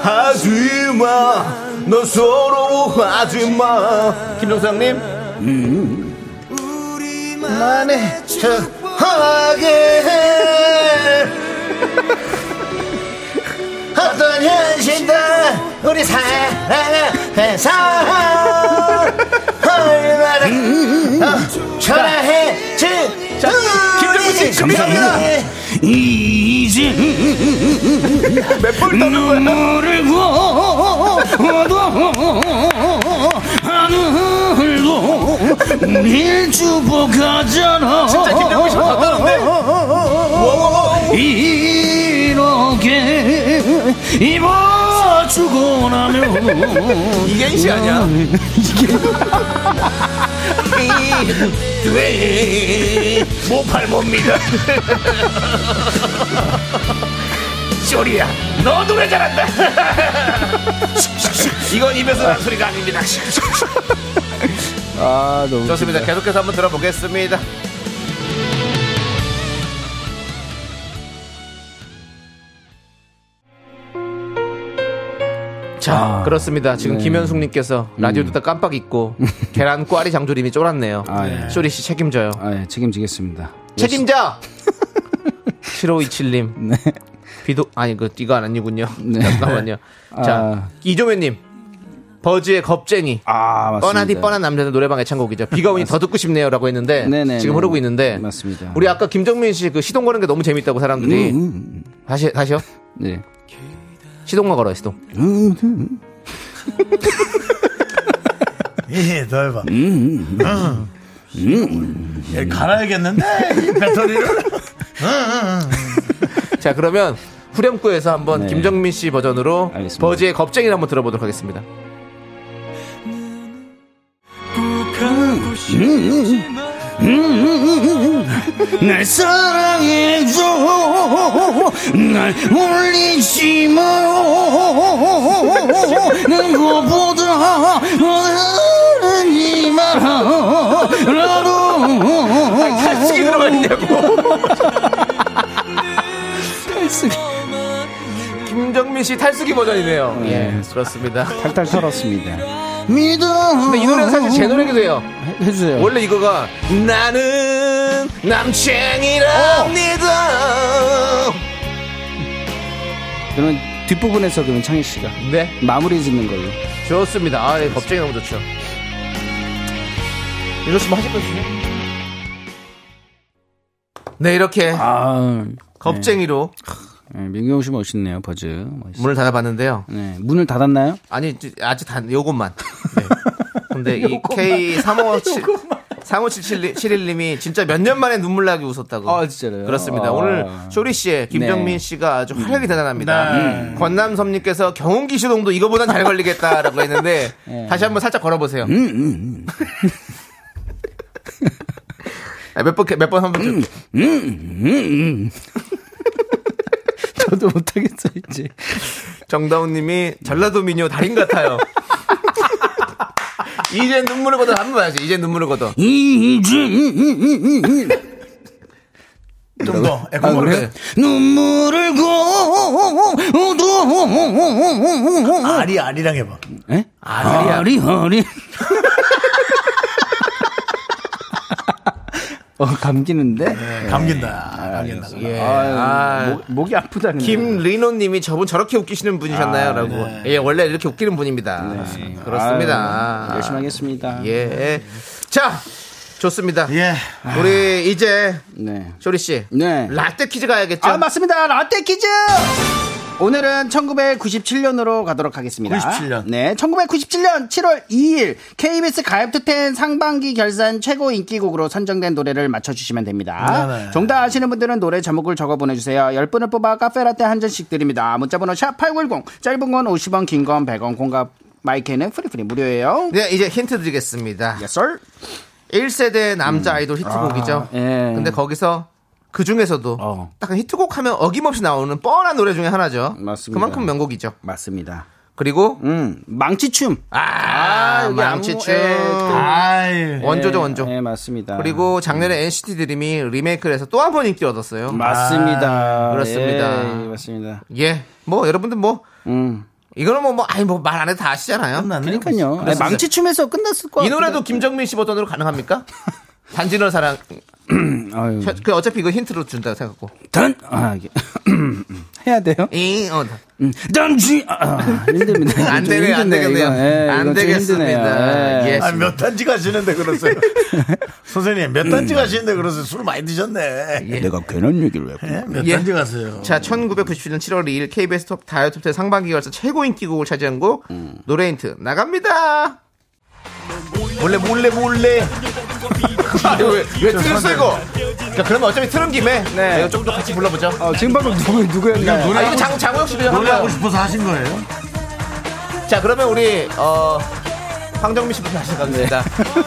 Speaker 3: 하지마, 너 서로로 하지마. 김종성님. 음. 만에 하게 어떤 현실도 우리 사랑 앞에서 얼마나 어, 전화해 주 음. 김정민 씨 감사합니다
Speaker 9: 이제 몇번 눈물을 고도 안 흘고 우릴 주복하잖아 어, 진짜
Speaker 3: 김정민 씨가
Speaker 9: 어. 이렇게 입어주고 나면
Speaker 3: 이게
Speaker 6: 음.
Speaker 3: 이 아니야 좋습니다 계속해서 한번 들어보겠습니다
Speaker 6: 자,
Speaker 3: 그렇습니다. 지금
Speaker 6: 네.
Speaker 3: 김현숙님께서
Speaker 6: 음.
Speaker 3: 라디오 듣다 깜빡 잊고 계란 꽈리 장조림이 쫄았네요.
Speaker 6: 아, 예.
Speaker 3: 쇼리 씨 책임져요.
Speaker 6: 아, 예, 책임지겠습니다.
Speaker 3: 책임져. 7527님.
Speaker 6: 네.
Speaker 3: 비도 아니 그 이거 안 아니군요. 잠깐만요. 자
Speaker 6: 아.
Speaker 3: 이조매님 버즈의 겁쟁이.
Speaker 6: 아, 맞습니다.
Speaker 3: 뻔하디 뻔한 남자는 노래방 애창곡이죠. 비가 오니 더 듣고 싶네요라고 했는데
Speaker 6: 네네네.
Speaker 3: 지금 흐르고 있는데
Speaker 6: 맞습니다. 음,
Speaker 3: 우리 아까 김정민 씨 그 시동 거는 게 너무 재밌다고 사람들이 다시 다시요
Speaker 6: 네.
Speaker 3: 시동만 걸어요 시동.
Speaker 6: 음,
Speaker 2: 예, 더 해봐.
Speaker 3: 음,
Speaker 2: 응. 얘 갈아야겠는데 이 배터리를.
Speaker 3: 음. 자 그러면 후렴구에서 한번 김정민 씨 버전으로
Speaker 6: 네. 알겠습니다.
Speaker 3: 버즈의 겁쟁이를 한번 들어보도록 하겠습니다.
Speaker 9: 날 사랑해줘 날 울리지 마는 것보다 오늘은
Speaker 6: 아,
Speaker 9: 이말라도
Speaker 3: 같이 들어가냐고. 김정민 씨 탈수기 버전이네요.
Speaker 6: 네.
Speaker 3: 예, 그렇습니다.
Speaker 6: 탈탈 털었습니다.
Speaker 9: 믿어
Speaker 3: 근데 이 노래는 사실 제 노래기도 해요.
Speaker 6: 해주세요.
Speaker 3: 원래 이거가 나는
Speaker 6: 어!
Speaker 3: 남창이랍니다.
Speaker 6: 그러면 뒷부분에서 그러면 창희 씨가
Speaker 3: 네,
Speaker 6: 마무리 짓는 걸로.
Speaker 3: 좋습니다. 아, 예, 겁쟁이 너무 좋죠. 이러시면 하실 거시요 네, 이렇게
Speaker 6: 아,
Speaker 3: 겁쟁이로
Speaker 6: 네, 민경 씨 멋있네요, 버즈. 멋있...
Speaker 3: 문을 닫아봤는데요.
Speaker 6: 네, 문을 닫았나요?
Speaker 3: 아니 이제 아직 단 요것만. 네. 근데 이 K 3557 3577님이 진짜 몇 년 만에 눈물 나게 웃었다고.
Speaker 6: 아, 진짜로요?
Speaker 3: 그렇습니다.
Speaker 6: 아.
Speaker 3: 오늘 쇼리 씨의 김정민
Speaker 6: 네.
Speaker 3: 씨가 아주 활약이 대단합니다. 음. 권남섭님께서 경운기 시동도 이거보단 잘 걸리겠다라고 했는데
Speaker 6: 네.
Speaker 3: 다시 한번 살짝 걸어보세요.
Speaker 6: 음,
Speaker 3: 아,
Speaker 6: 음.
Speaker 3: 몇번 몇번 한번 좀.
Speaker 6: 저도 못하겠어요 이제.
Speaker 3: 정다운님이 전라도 미녀 달인 같아요. 이제 눈물을 걷어 한번 봐야지. 이제 눈물을 걷어.
Speaker 6: 음.
Speaker 2: 좀 더. 에코
Speaker 3: 아,
Speaker 2: 먹을까요?
Speaker 3: 그래요?
Speaker 9: 눈물을 고도
Speaker 2: 아리, 아리랑 해봐.
Speaker 3: 음.
Speaker 9: 에?
Speaker 3: 아리야.
Speaker 9: 허리 허리
Speaker 6: 어 감기는데.
Speaker 2: 감긴다. 감긴다.
Speaker 3: 예.
Speaker 6: 아유,
Speaker 3: 네. 아,
Speaker 6: 목, 목이 아프다는.
Speaker 3: 김리노님이 저분 저렇게 웃기시는
Speaker 6: 아,
Speaker 3: 분이셨나요라고.
Speaker 6: 네.
Speaker 3: 예, 원래 이렇게 웃기는 분입니다. 그렇습니다.
Speaker 6: 열심히 하겠습니다.
Speaker 3: 네, 예. 자, 좋습니다.
Speaker 2: 예.
Speaker 3: 우리 이제
Speaker 6: 네.
Speaker 3: 쇼리 씨,
Speaker 6: 네.
Speaker 3: 라떼 퀴즈 가야겠죠?
Speaker 6: 아 맞습니다 라떼 퀴즈 오늘은 1997년으로 가도록 하겠습니다
Speaker 2: 97년.
Speaker 6: 네 1997년 7월 2일 KBS 가입투텐 상반기 결산 최고 인기곡으로 선정된 노래를 맞춰주시면 됩니다
Speaker 2: 네네.
Speaker 6: 정답 아시는 분들은 노래 제목을 적어 보내주세요 10분을 뽑아 카페라떼 한 잔씩 드립니다 문자번호 샵8910 짧은 건 50원 긴 건 100원 공감 마이크는 프리프리 무료예요
Speaker 3: 네, 이제 힌트 드리겠습니다.
Speaker 6: yes sir
Speaker 3: 1세대 남자 아이돌 히트곡이죠.
Speaker 6: 음. 예.
Speaker 3: 근데 거기서 그 중에서도
Speaker 6: 어.
Speaker 3: 딱 히트곡 하면 어김없이 나오는 뻔한 노래 중에 하나죠.
Speaker 6: 맞습니다.
Speaker 3: 그만큼 명곡이죠.
Speaker 6: 맞습니다
Speaker 3: 그리고
Speaker 6: 음 망치춤
Speaker 3: 아, 여기
Speaker 6: 망치춤. 아,
Speaker 2: 아이.
Speaker 3: 원조죠 원조.
Speaker 6: 네 맞습니다
Speaker 3: 그리고
Speaker 6: 음.
Speaker 3: 작년에 NCT 드림이 리메이크를 해서 또 한 번 인기를 얻었어요.
Speaker 6: 맞습니다.
Speaker 3: 그렇습니다.
Speaker 6: 예, 맞습니다.
Speaker 3: 예. 뭐 여러분들 뭐
Speaker 6: 음.
Speaker 3: 이거는 뭐 뭐 아니 뭐 말 안 해도 다 아시잖아요.
Speaker 2: 끝났네.
Speaker 6: 그러니까요. 아니, 망치춤에서 끝났을 거.
Speaker 3: 이 노래도 김정민 씨 버전으로 가능합니까? 단지널 사랑.
Speaker 6: 음.
Speaker 3: 혀- 그 어차피 이거 힌트로 준다 생각하고.
Speaker 6: 단. 아, 이게. 해야 돼요?
Speaker 3: 이, 어,
Speaker 6: 음. 단지. 아, 힘듭니다.
Speaker 3: 안
Speaker 6: 이거 좀
Speaker 3: 되네, 안
Speaker 6: 힘드네요,
Speaker 3: 되겠네요.
Speaker 6: 이거. 예,
Speaker 3: 안
Speaker 6: 이건 좀 힘드네요.
Speaker 3: 되겠습니다.
Speaker 6: 예.
Speaker 3: 예.
Speaker 2: 아, 몇 단지 가시는데 그러세요? 선생님, 몇
Speaker 3: 음.
Speaker 2: 단지 가시는데 그러세요? 술 많이 드셨네.
Speaker 6: 예. 내가 괜한 얘기를 왜?
Speaker 2: 예? 몇
Speaker 3: 예.
Speaker 2: 단지 가세요?
Speaker 3: 자, 1997년 7월 2일 KBS 톱 다이어트 톱 상반기 결산 최고 인기곡을 차지한 곡
Speaker 6: 음.
Speaker 3: 노래 힌트 나갑니다. 몰래 몰래 몰래. 왜왜 틀렸어 이거? 자, 그러면 어차피 틀은 김에
Speaker 2: 네.
Speaker 3: 내가 좀더 같이 불러보죠.
Speaker 6: 어, 지금 방금 누구 누구였나요?
Speaker 3: 아, 이거 장 장우혁 씨 그냥 한번.
Speaker 2: 노래하고 아, 싶어서 하신 거예요?
Speaker 3: 자, 그러면 우리 어 황정민 씨부터 하시겠습니다.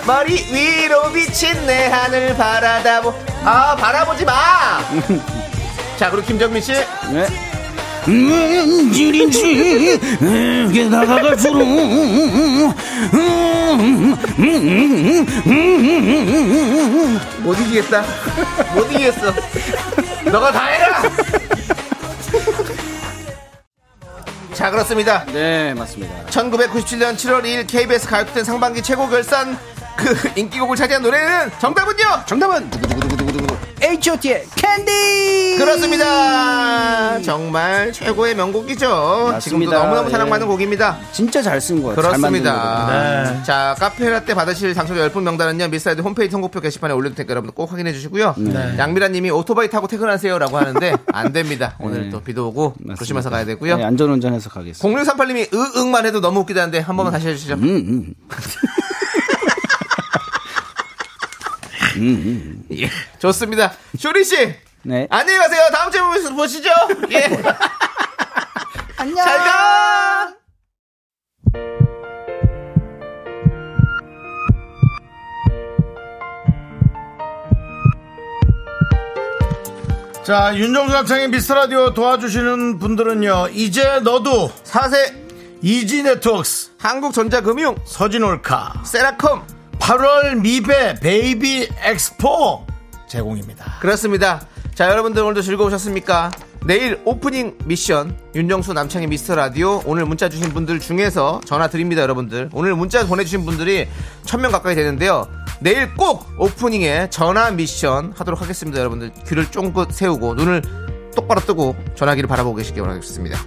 Speaker 3: 머리 위로 비친 내 하늘 바라다 보. 아 바라보지 마. 자, 그리고 김정민 씨.
Speaker 6: 네.
Speaker 9: 왠지린지 이게 나가갈수록 음, 음, 음, 음.
Speaker 3: 못 이기겠다. 못 이기겠어. 너가 다 해라. 자 그렇습니다.
Speaker 6: 네, 맞습니다.
Speaker 3: 1997년 7월 2일 KBS 가요톱텐 상반기 최고 결산 그 인기곡을 차지한 노래는 정답은요.
Speaker 6: 정답은 H.O.T의 캔디.
Speaker 3: 그렇습니다. 정말 최고의 명곡이죠. 지금도 너무너무
Speaker 6: 예.
Speaker 3: 사랑받는 곡입니다.
Speaker 6: 진짜 잘 쓴 거예요. 잘 네. 만든 거거든요.
Speaker 3: 그렇습니다. 자, 카페라떼 받으실 당첨자 10분 명단은요, 미사이드 홈페이지 선곡표 게시판에 올려둘 테니까 여러분 꼭 확인해 주시고요.
Speaker 6: 네.
Speaker 3: 네. 양미라 님이 오토바이 타고 퇴근하세요 라고 하는데, 안 됩니다. 오늘 또 비도 오고, 조심해서 가야 되고요.
Speaker 6: 네, 안전운전해서 가겠습니다.
Speaker 3: 0638님이 으응만 해도 너무 웃기다는데, 한
Speaker 6: 음.
Speaker 3: 번만 다시 해주시죠.
Speaker 6: 음.
Speaker 3: 예, 좋습니다. 쇼리 씨!
Speaker 6: 네.
Speaker 3: 안녕히 가세요. 다음 주에 보시- 보시죠. 예. 안녕. 잘 가.
Speaker 2: 자, 윤정수 합창의 미스라디오 도와주시는 분들은요, 이제 너도
Speaker 3: 사세
Speaker 2: 이지 네트워크스,
Speaker 3: 한국전자금융
Speaker 2: 서진올카,
Speaker 3: 세라컴
Speaker 2: 8월 미베 베이비 엑스포 제공입니다.
Speaker 3: 그렇습니다. 자 여러분들 오늘도 즐거우셨습니까? 내일 오프닝 미션 윤정수 남창희 미스터 라디오 오늘 문자 주신 분들 중에서 전화 드립니다 여러분들 오늘 문자 보내주신 분들이 천 명 가까이 되는데요 내일 꼭 오프닝에 전화 미션 하도록 하겠습니다 여러분들 귀를 쫑긋 세우고 눈을 똑바로 뜨고 전화기를 바라보고 계시길 바라겠습니다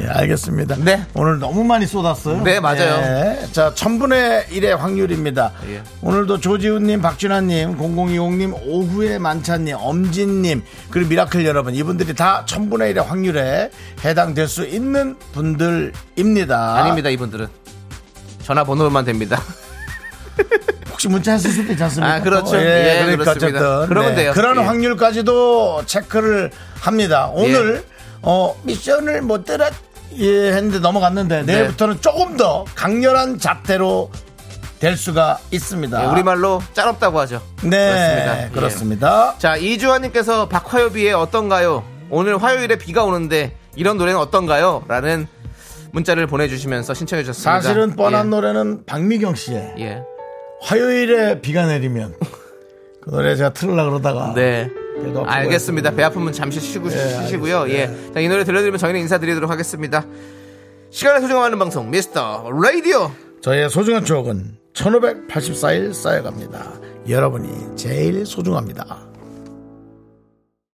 Speaker 2: 예, 알겠습니다.
Speaker 3: 네.
Speaker 2: 오늘 너무 많이 쏟았어요.
Speaker 3: 네, 맞아요.
Speaker 2: 예, 자, 천분의 일의 확률입니다.
Speaker 3: 예.
Speaker 2: 오늘도 조지훈님, 박준하님, 0020님, 오후의 만찬님, 엄진님, 그리고 미라클 여러분, 이분들이 다 천분의 일의 확률에 해당될 수 있는 분들입니다.
Speaker 3: 아닙니다 이분들은 전화번호만 됩니다
Speaker 2: 혹시 문자 했을 수도 있지 않습니까?
Speaker 3: 아, 그렇죠.
Speaker 2: 예,
Speaker 3: 예,
Speaker 2: 그러니까
Speaker 3: 그렇습니다.
Speaker 2: 어쨌든.
Speaker 3: 그러면
Speaker 2: 네,
Speaker 3: 돼요.
Speaker 2: 그런
Speaker 3: 예.
Speaker 2: 확률까지도 체크를 합니다. 오늘,
Speaker 3: 예.
Speaker 2: 어, 미션을 못 들었,
Speaker 3: 네.
Speaker 2: 예, 했는데 넘어갔는데, 내일부터는 조금 더 강렬한 잣대로 될 수가 있습니다.
Speaker 3: 예, 우리말로 짤없다고 하죠.
Speaker 2: 네,
Speaker 3: 예.
Speaker 2: 그렇습니다.
Speaker 3: 자, 이주환님께서 박화요비의 어떤가요? 오늘 화요일에 비가 오는데 이런 노래는 어떤가요? 라는 문자를 보내주시면서 신청해 주셨습니다.
Speaker 2: 사실은 뻔한
Speaker 3: 예.
Speaker 2: 노래는 박미경 씨의
Speaker 3: 예.
Speaker 2: 화요일에 비가 내리면 그 노래 제가 틀으려고 그러다가
Speaker 3: 네.
Speaker 2: 그래도 아프고
Speaker 3: 알겠습니다. 배 아프면 잠시 쉬고 쉬시고요. 예. 자, 이 노래 들려드리면 저희는 인사드리도록 하겠습니다. 시간을 소중하는 방송 미스터 라디오.
Speaker 2: 저희의 소중한 추억은 1584일 쌓여갑니다. 여러분이 제일 소중합니다.